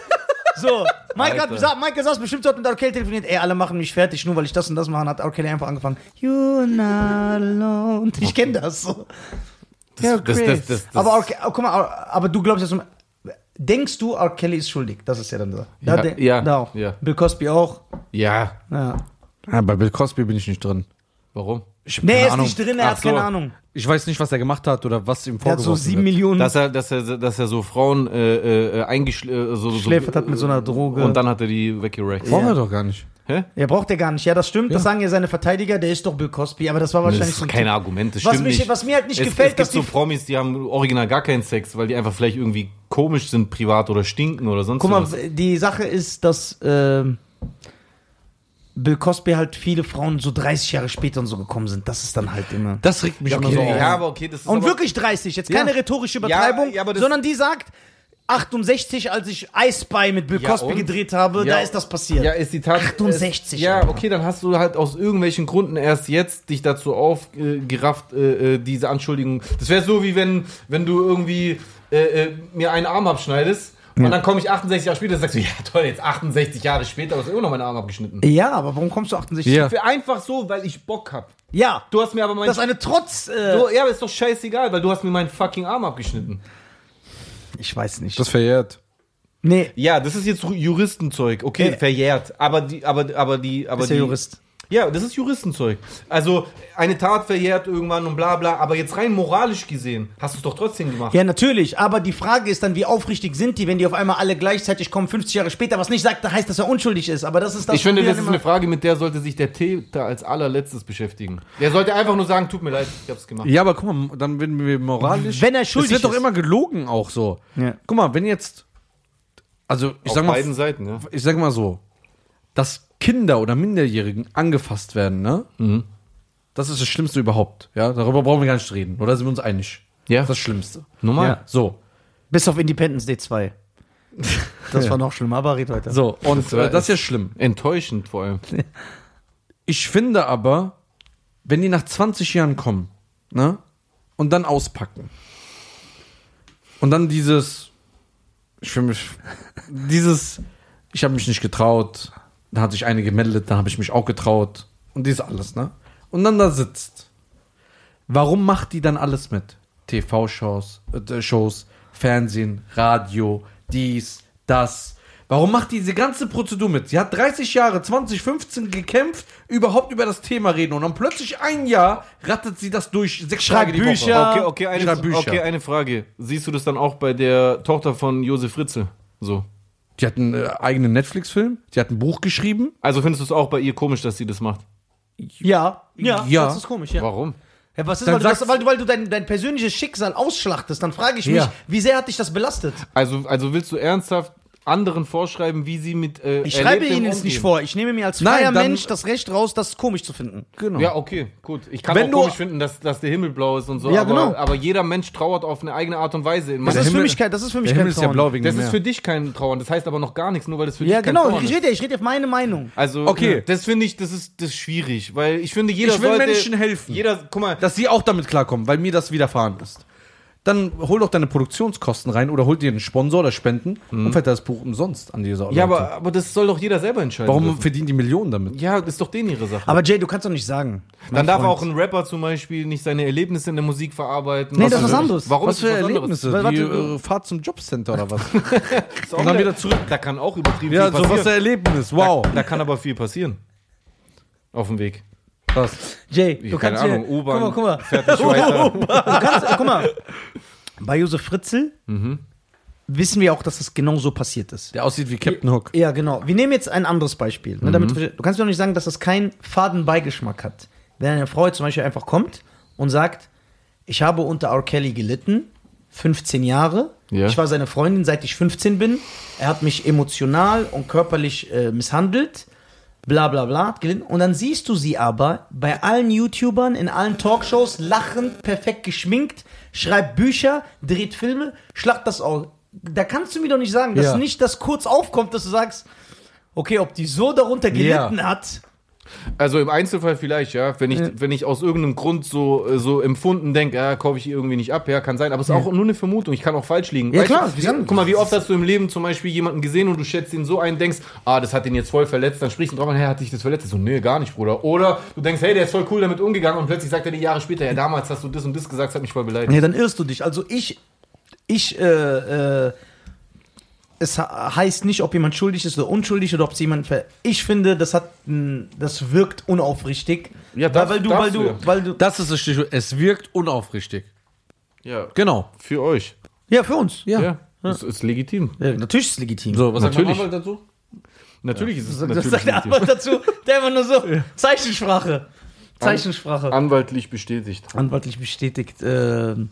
So, Mike, hat,
Alter.
sa- Mike saß bestimmt dort mit R. Kelly telefoniert. Ey, alle machen mich fertig, nur weil ich das und das mache. Und hat R. Kelly einfach angefangen. You're not alone. Ich kenne das. So. ja,
das-
Chris.
das- das- das-
aber R. Kelly, oh, guck mal, R- aber du glaubst jetzt, um- denkst du, R. Kelly ist schuldig? Das ist ja dann so. Da,
Ja,
de-
ja,
da auch.
ja.
Bill Cosby auch.
Ja.
Ja.
Ja, bei Bill Cosby bin ich nicht drin.
Warum?
Ich hab
Nee,
keine
er ist
Ahnung.
nicht drin, er
Ach
hat keine
so.
Ahnung.
Ich weiß nicht, was er gemacht hat oder was
Er
ihm
hat
vorgeworfen
so sieben
wird.
Millionen.
Dass er, dass er, dass er so Frauen äh, äh, eingeschläfert so,
Schläfert
so,
hat mit so einer Droge.
Und dann hat er die weggerackt.
Brauchen
Ja.
wir doch gar nicht.
Hä?
Ja, braucht er gar nicht. Ja, das stimmt. Das sagen ja seine Verteidiger. Der ist doch Bill Cosby, aber das war
Das
wahrscheinlich so
ist
ein
kein Argument, das
Was
stimmt
mich-
nicht.
was mir halt nicht
es,
gefällt,
es
dass
gibt
die-
so Promis, die haben original gar keinen Sex, weil die einfach vielleicht irgendwie komisch sind privat oder stinken oder sonst
Guck mal,
was.
die Sache ist, dass ähm, Bill Cosby halt viele Frauen so 30 Jahre später und so gekommen sind. Das ist dann halt immer.
Das regt mich immer so auf.
Ja, aber okay, das ist
und
aber,
wirklich 30. Jetzt keine rhetorische Übertreibung,
Ja, ja, aber das-
sondern die sagt 68, als ich Ice Spy mit Bill
Ja,
Cosby
und?
gedreht habe,
Ja,
da ist das passiert.
Ja, ist die Tat.
68,
Es, ja,
Alter.
okay, dann hast du halt aus irgendwelchen Gründen erst jetzt dich dazu aufgerafft, äh, äh, diese Anschuldigung. Das wäre so, wie wenn, wenn du irgendwie äh, äh, mir einen Arm abschneidest und dann komme ich 68 Jahre später und sagst du, ja toll, jetzt 68 Jahre später hast du immer noch meinen Arm abgeschnitten.
Ja, aber warum kommst du 68?
Ja.
Für einfach so, weil ich Bock hab.
Ja,
Du hast mir aber meinen.
das ist eine Trotz. Äh,
so, ja, aber ist doch scheißegal, weil du hast mir meinen fucking Arm abgeschnitten.
ich weiß nicht.
Das verjährt.
nee,
Ja, das ist jetzt Ru- Juristenzeug. Okay,
Äh.
verjährt. Aber die, aber, aber die, aber
ist der
die,
Jurist.
Ja, das ist Juristenzeug. Also, eine Tat verjährt irgendwann und bla bla, aber jetzt rein moralisch gesehen, hast du es doch trotzdem gemacht.
Ja, natürlich, aber die Frage ist dann, wie aufrichtig sind die, wenn die auf einmal alle gleichzeitig kommen, 50 Jahre später, was nicht sagt, da heißt, dass er unschuldig ist, aber das ist das.
Ich finde,
wie
das
dann
ist
immer-
eine Frage, mit der sollte sich der Täter als allerletztes beschäftigen. Der sollte einfach nur sagen, tut mir leid, ich hab's gemacht.
Ja, aber guck mal, dann werden wir moralisch.
Wenn er schuldig
Es wird doch
ist.
immer gelogen auch so.
Ja.
Guck mal, wenn jetzt. Also, ich
Auf
sag mal,
beiden Seiten, ja.
ich sag mal so, dass Kinder oder Minderjährigen angefasst werden, ne? Das ist das Schlimmste überhaupt. Ja, darüber brauchen wir gar nicht reden. Oder sind wir uns einig?
Ja.
Das ist das Schlimmste.
Normal.
Ja.
So,
Bis auf Independence Day 2. Das war noch schlimmer, aber red weiter.
so und
war-
äh, das ist ja schlimm.
Enttäuschend vor allem.
Ich finde aber, wenn die nach 20 Jahren kommen, ne? Und dann auspacken. Und dann dieses, ich fühle mich, dieses, ich habe mich nicht getraut, da hat sich eine gemeldet, dann habe ich mich auch getraut und dies alles, ne? Und dann da sitzt. Warum macht die dann alles mit? TV-Shows, äh, Shows, Fernsehen, Radio, dies, das. Warum macht die diese ganze Prozedur mit? Sie hat 30 Jahre, 2015 gekämpft, überhaupt über das Thema reden und dann plötzlich ein Jahr rattet sie das durch. Sechs
Schreibt
Tage die Woche.
Bücher.
Okay, okay, eine,
Schreib Bücher.
okay, eine Frage. Siehst du das dann auch bei der Tochter von Josef Ritzel? So.
Die hat einen äh, eigenen Netflix-Film, die hat ein Buch geschrieben.
Also findest du es auch bei ihr komisch, dass sie das macht?
Ja, ja,
Ja.
das ist komisch, ja.
Warum?
ja was ist,
Dann
weil du, das,
sagst-
weil du, weil du dein, dein persönliches Schicksal ausschlachtest, dann frage ich mich,
Ja.
wie sehr hat dich das belastet?
Also, also willst du ernsthaft anderen vorschreiben, wie sie mit. Äh,
Ich schreibe
Erlebtem
Ihnen es nicht
umgehen.
vor. Ich nehme mir als
Nein,
freier
dann-
Mensch das Recht raus, das komisch zu finden.
Genau.
Ja, okay, gut. Ich kann
Wenn
auch
du-
komisch finden, dass, dass der Himmel blau ist und so,
Ja,
aber,
genau.
aber jeder Mensch trauert auf eine eigene Art und Weise. In
Das
meiner-
ist für
Himmel-
mich kein, das ist für mich
Der
kein
Himmel ist ja
Trauern.
blau wegen
das
dem
ist
Meer.
für dich kein Trauern, das heißt aber noch gar nichts, nur weil das für
Ja,
dich kein
genau.
Trauern
Ich
ist.
rede, ja, ich rede auf meine Meinung.
Also,
Okay.
ja, das finde ich, das ist, das ist schwierig, weil ich finde, jeder
Ich will
sollte,
Menschen helfen.
Jeder, guck mal,
dass sie auch damit klarkommen, weil mir das widerfahren ist. Dann hol doch deine Produktionskosten rein oder hol dir einen Sponsor oder Spenden und fährt das Buch umsonst an dieser
ja, aber, also aber das soll doch jeder selber entscheiden.
Warum
dürfen.
verdienen die Millionen damit?
Ja, ist doch denen ihre Sache.
Aber Jay, du kannst doch nicht sagen.
Dann darf
Freund.
auch ein Rapper zum Beispiel nicht seine Erlebnisse in der Musik verarbeiten.
Nee, das ist was
für-
anderes.
Warum
was
ist das
für
was anderes?
Erlebnisse?
Warte,
die
warte.
äh, Fahrt zum Jobcenter oder was?
Ist auch
Und dann wieder zurück.
Da kann auch übertrieben
ja,
viel
so was für
passieren.
Erlebnis. Wow.
Da, da kann aber viel passieren. Auf dem Weg.
Was?
Jay, du
keine
kannst
Ahnung,
hier, Guck mal,
U-Bahn,
guck mal.
Fertig weiter.
Du kannst, guck mal. Bei Josef Fritzl
Mhm.
wissen wir auch, dass es genau so passiert ist.
Der aussieht wie Captain Hook.
Ja, genau. Wir nehmen jetzt ein anderes Beispiel. Ne,
Mhm.
damit, wir- du kannst mir doch nicht sagen, dass das keinen faden Beigeschmack hat. Wenn eine Frau jetzt zum Beispiel einfach kommt und sagt, ich habe unter R. Kelly gelitten, 15 Jahre.
Ja.
Ich war seine Freundin, seit ich 15 bin. Er hat mich emotional und körperlich äh, misshandelt. Bla bla bla. hat gelitten. Und dann siehst du sie aber bei allen YouTubern, in allen Talkshows, lachend, perfekt geschminkt, schreibt Bücher, dreht Filme, schlacht das aus. Da kannst du mir doch nicht sagen, dass
Ja.
nicht das kurz aufkommt, dass du sagst, okay, ob die so darunter gelitten hat.
Also im Einzelfall vielleicht, ja. Wenn ich, wenn ich aus irgendeinem Grund so, äh, so empfunden denke, ja, kaufe ich ihr irgendwie nicht ab, ja, kann sein. Aber es ist auch nur eine Vermutung. Ich kann auch falsch liegen.
Ja,
Weißt
klar,
Du,
wir sagen-
guck mal, wie oft hast du im Leben zum Beispiel jemanden gesehen und du schätzt ihn so ein, denkst, ah, das hat ihn jetzt voll verletzt. Dann sprichst du drauf an, hey, hat dich das verletzt? Ich So, nee, gar nicht, Bruder. Oder du denkst, hey, der ist voll cool damit umgegangen und plötzlich sagt er dir Jahre später, ja, damals hast du das und das gesagt, das hat mich voll beleidigt.
Nee, dann irrst du dich. Also ich, ich, äh, äh, es he- heißt nicht, ob jemand schuldig ist oder unschuldig oder ob es jemand ver Ich finde, das hat, mh, das wirkt unaufrichtig.
Ja,
Weil-
darf-
weil du,
darfst
weil
du
du,
ja.
weil du.
Das ist das Stichwort. Es wirkt unaufrichtig.
Ja,
Genau.
für euch.
Ja, für uns.
Ja.
Das ist legitim.
Ja, natürlich ist es legitim.
So, was
Natürlich.
sagt man dazu?
Natürlich ist es
das
natürlich
sagt der
legitim.
Anwalt dazu. Der immer nur so. Zeichensprache. Zeichensprache.
Anwaltlich bestätigt. äh,
Anwaltlich bestätigt. ähm,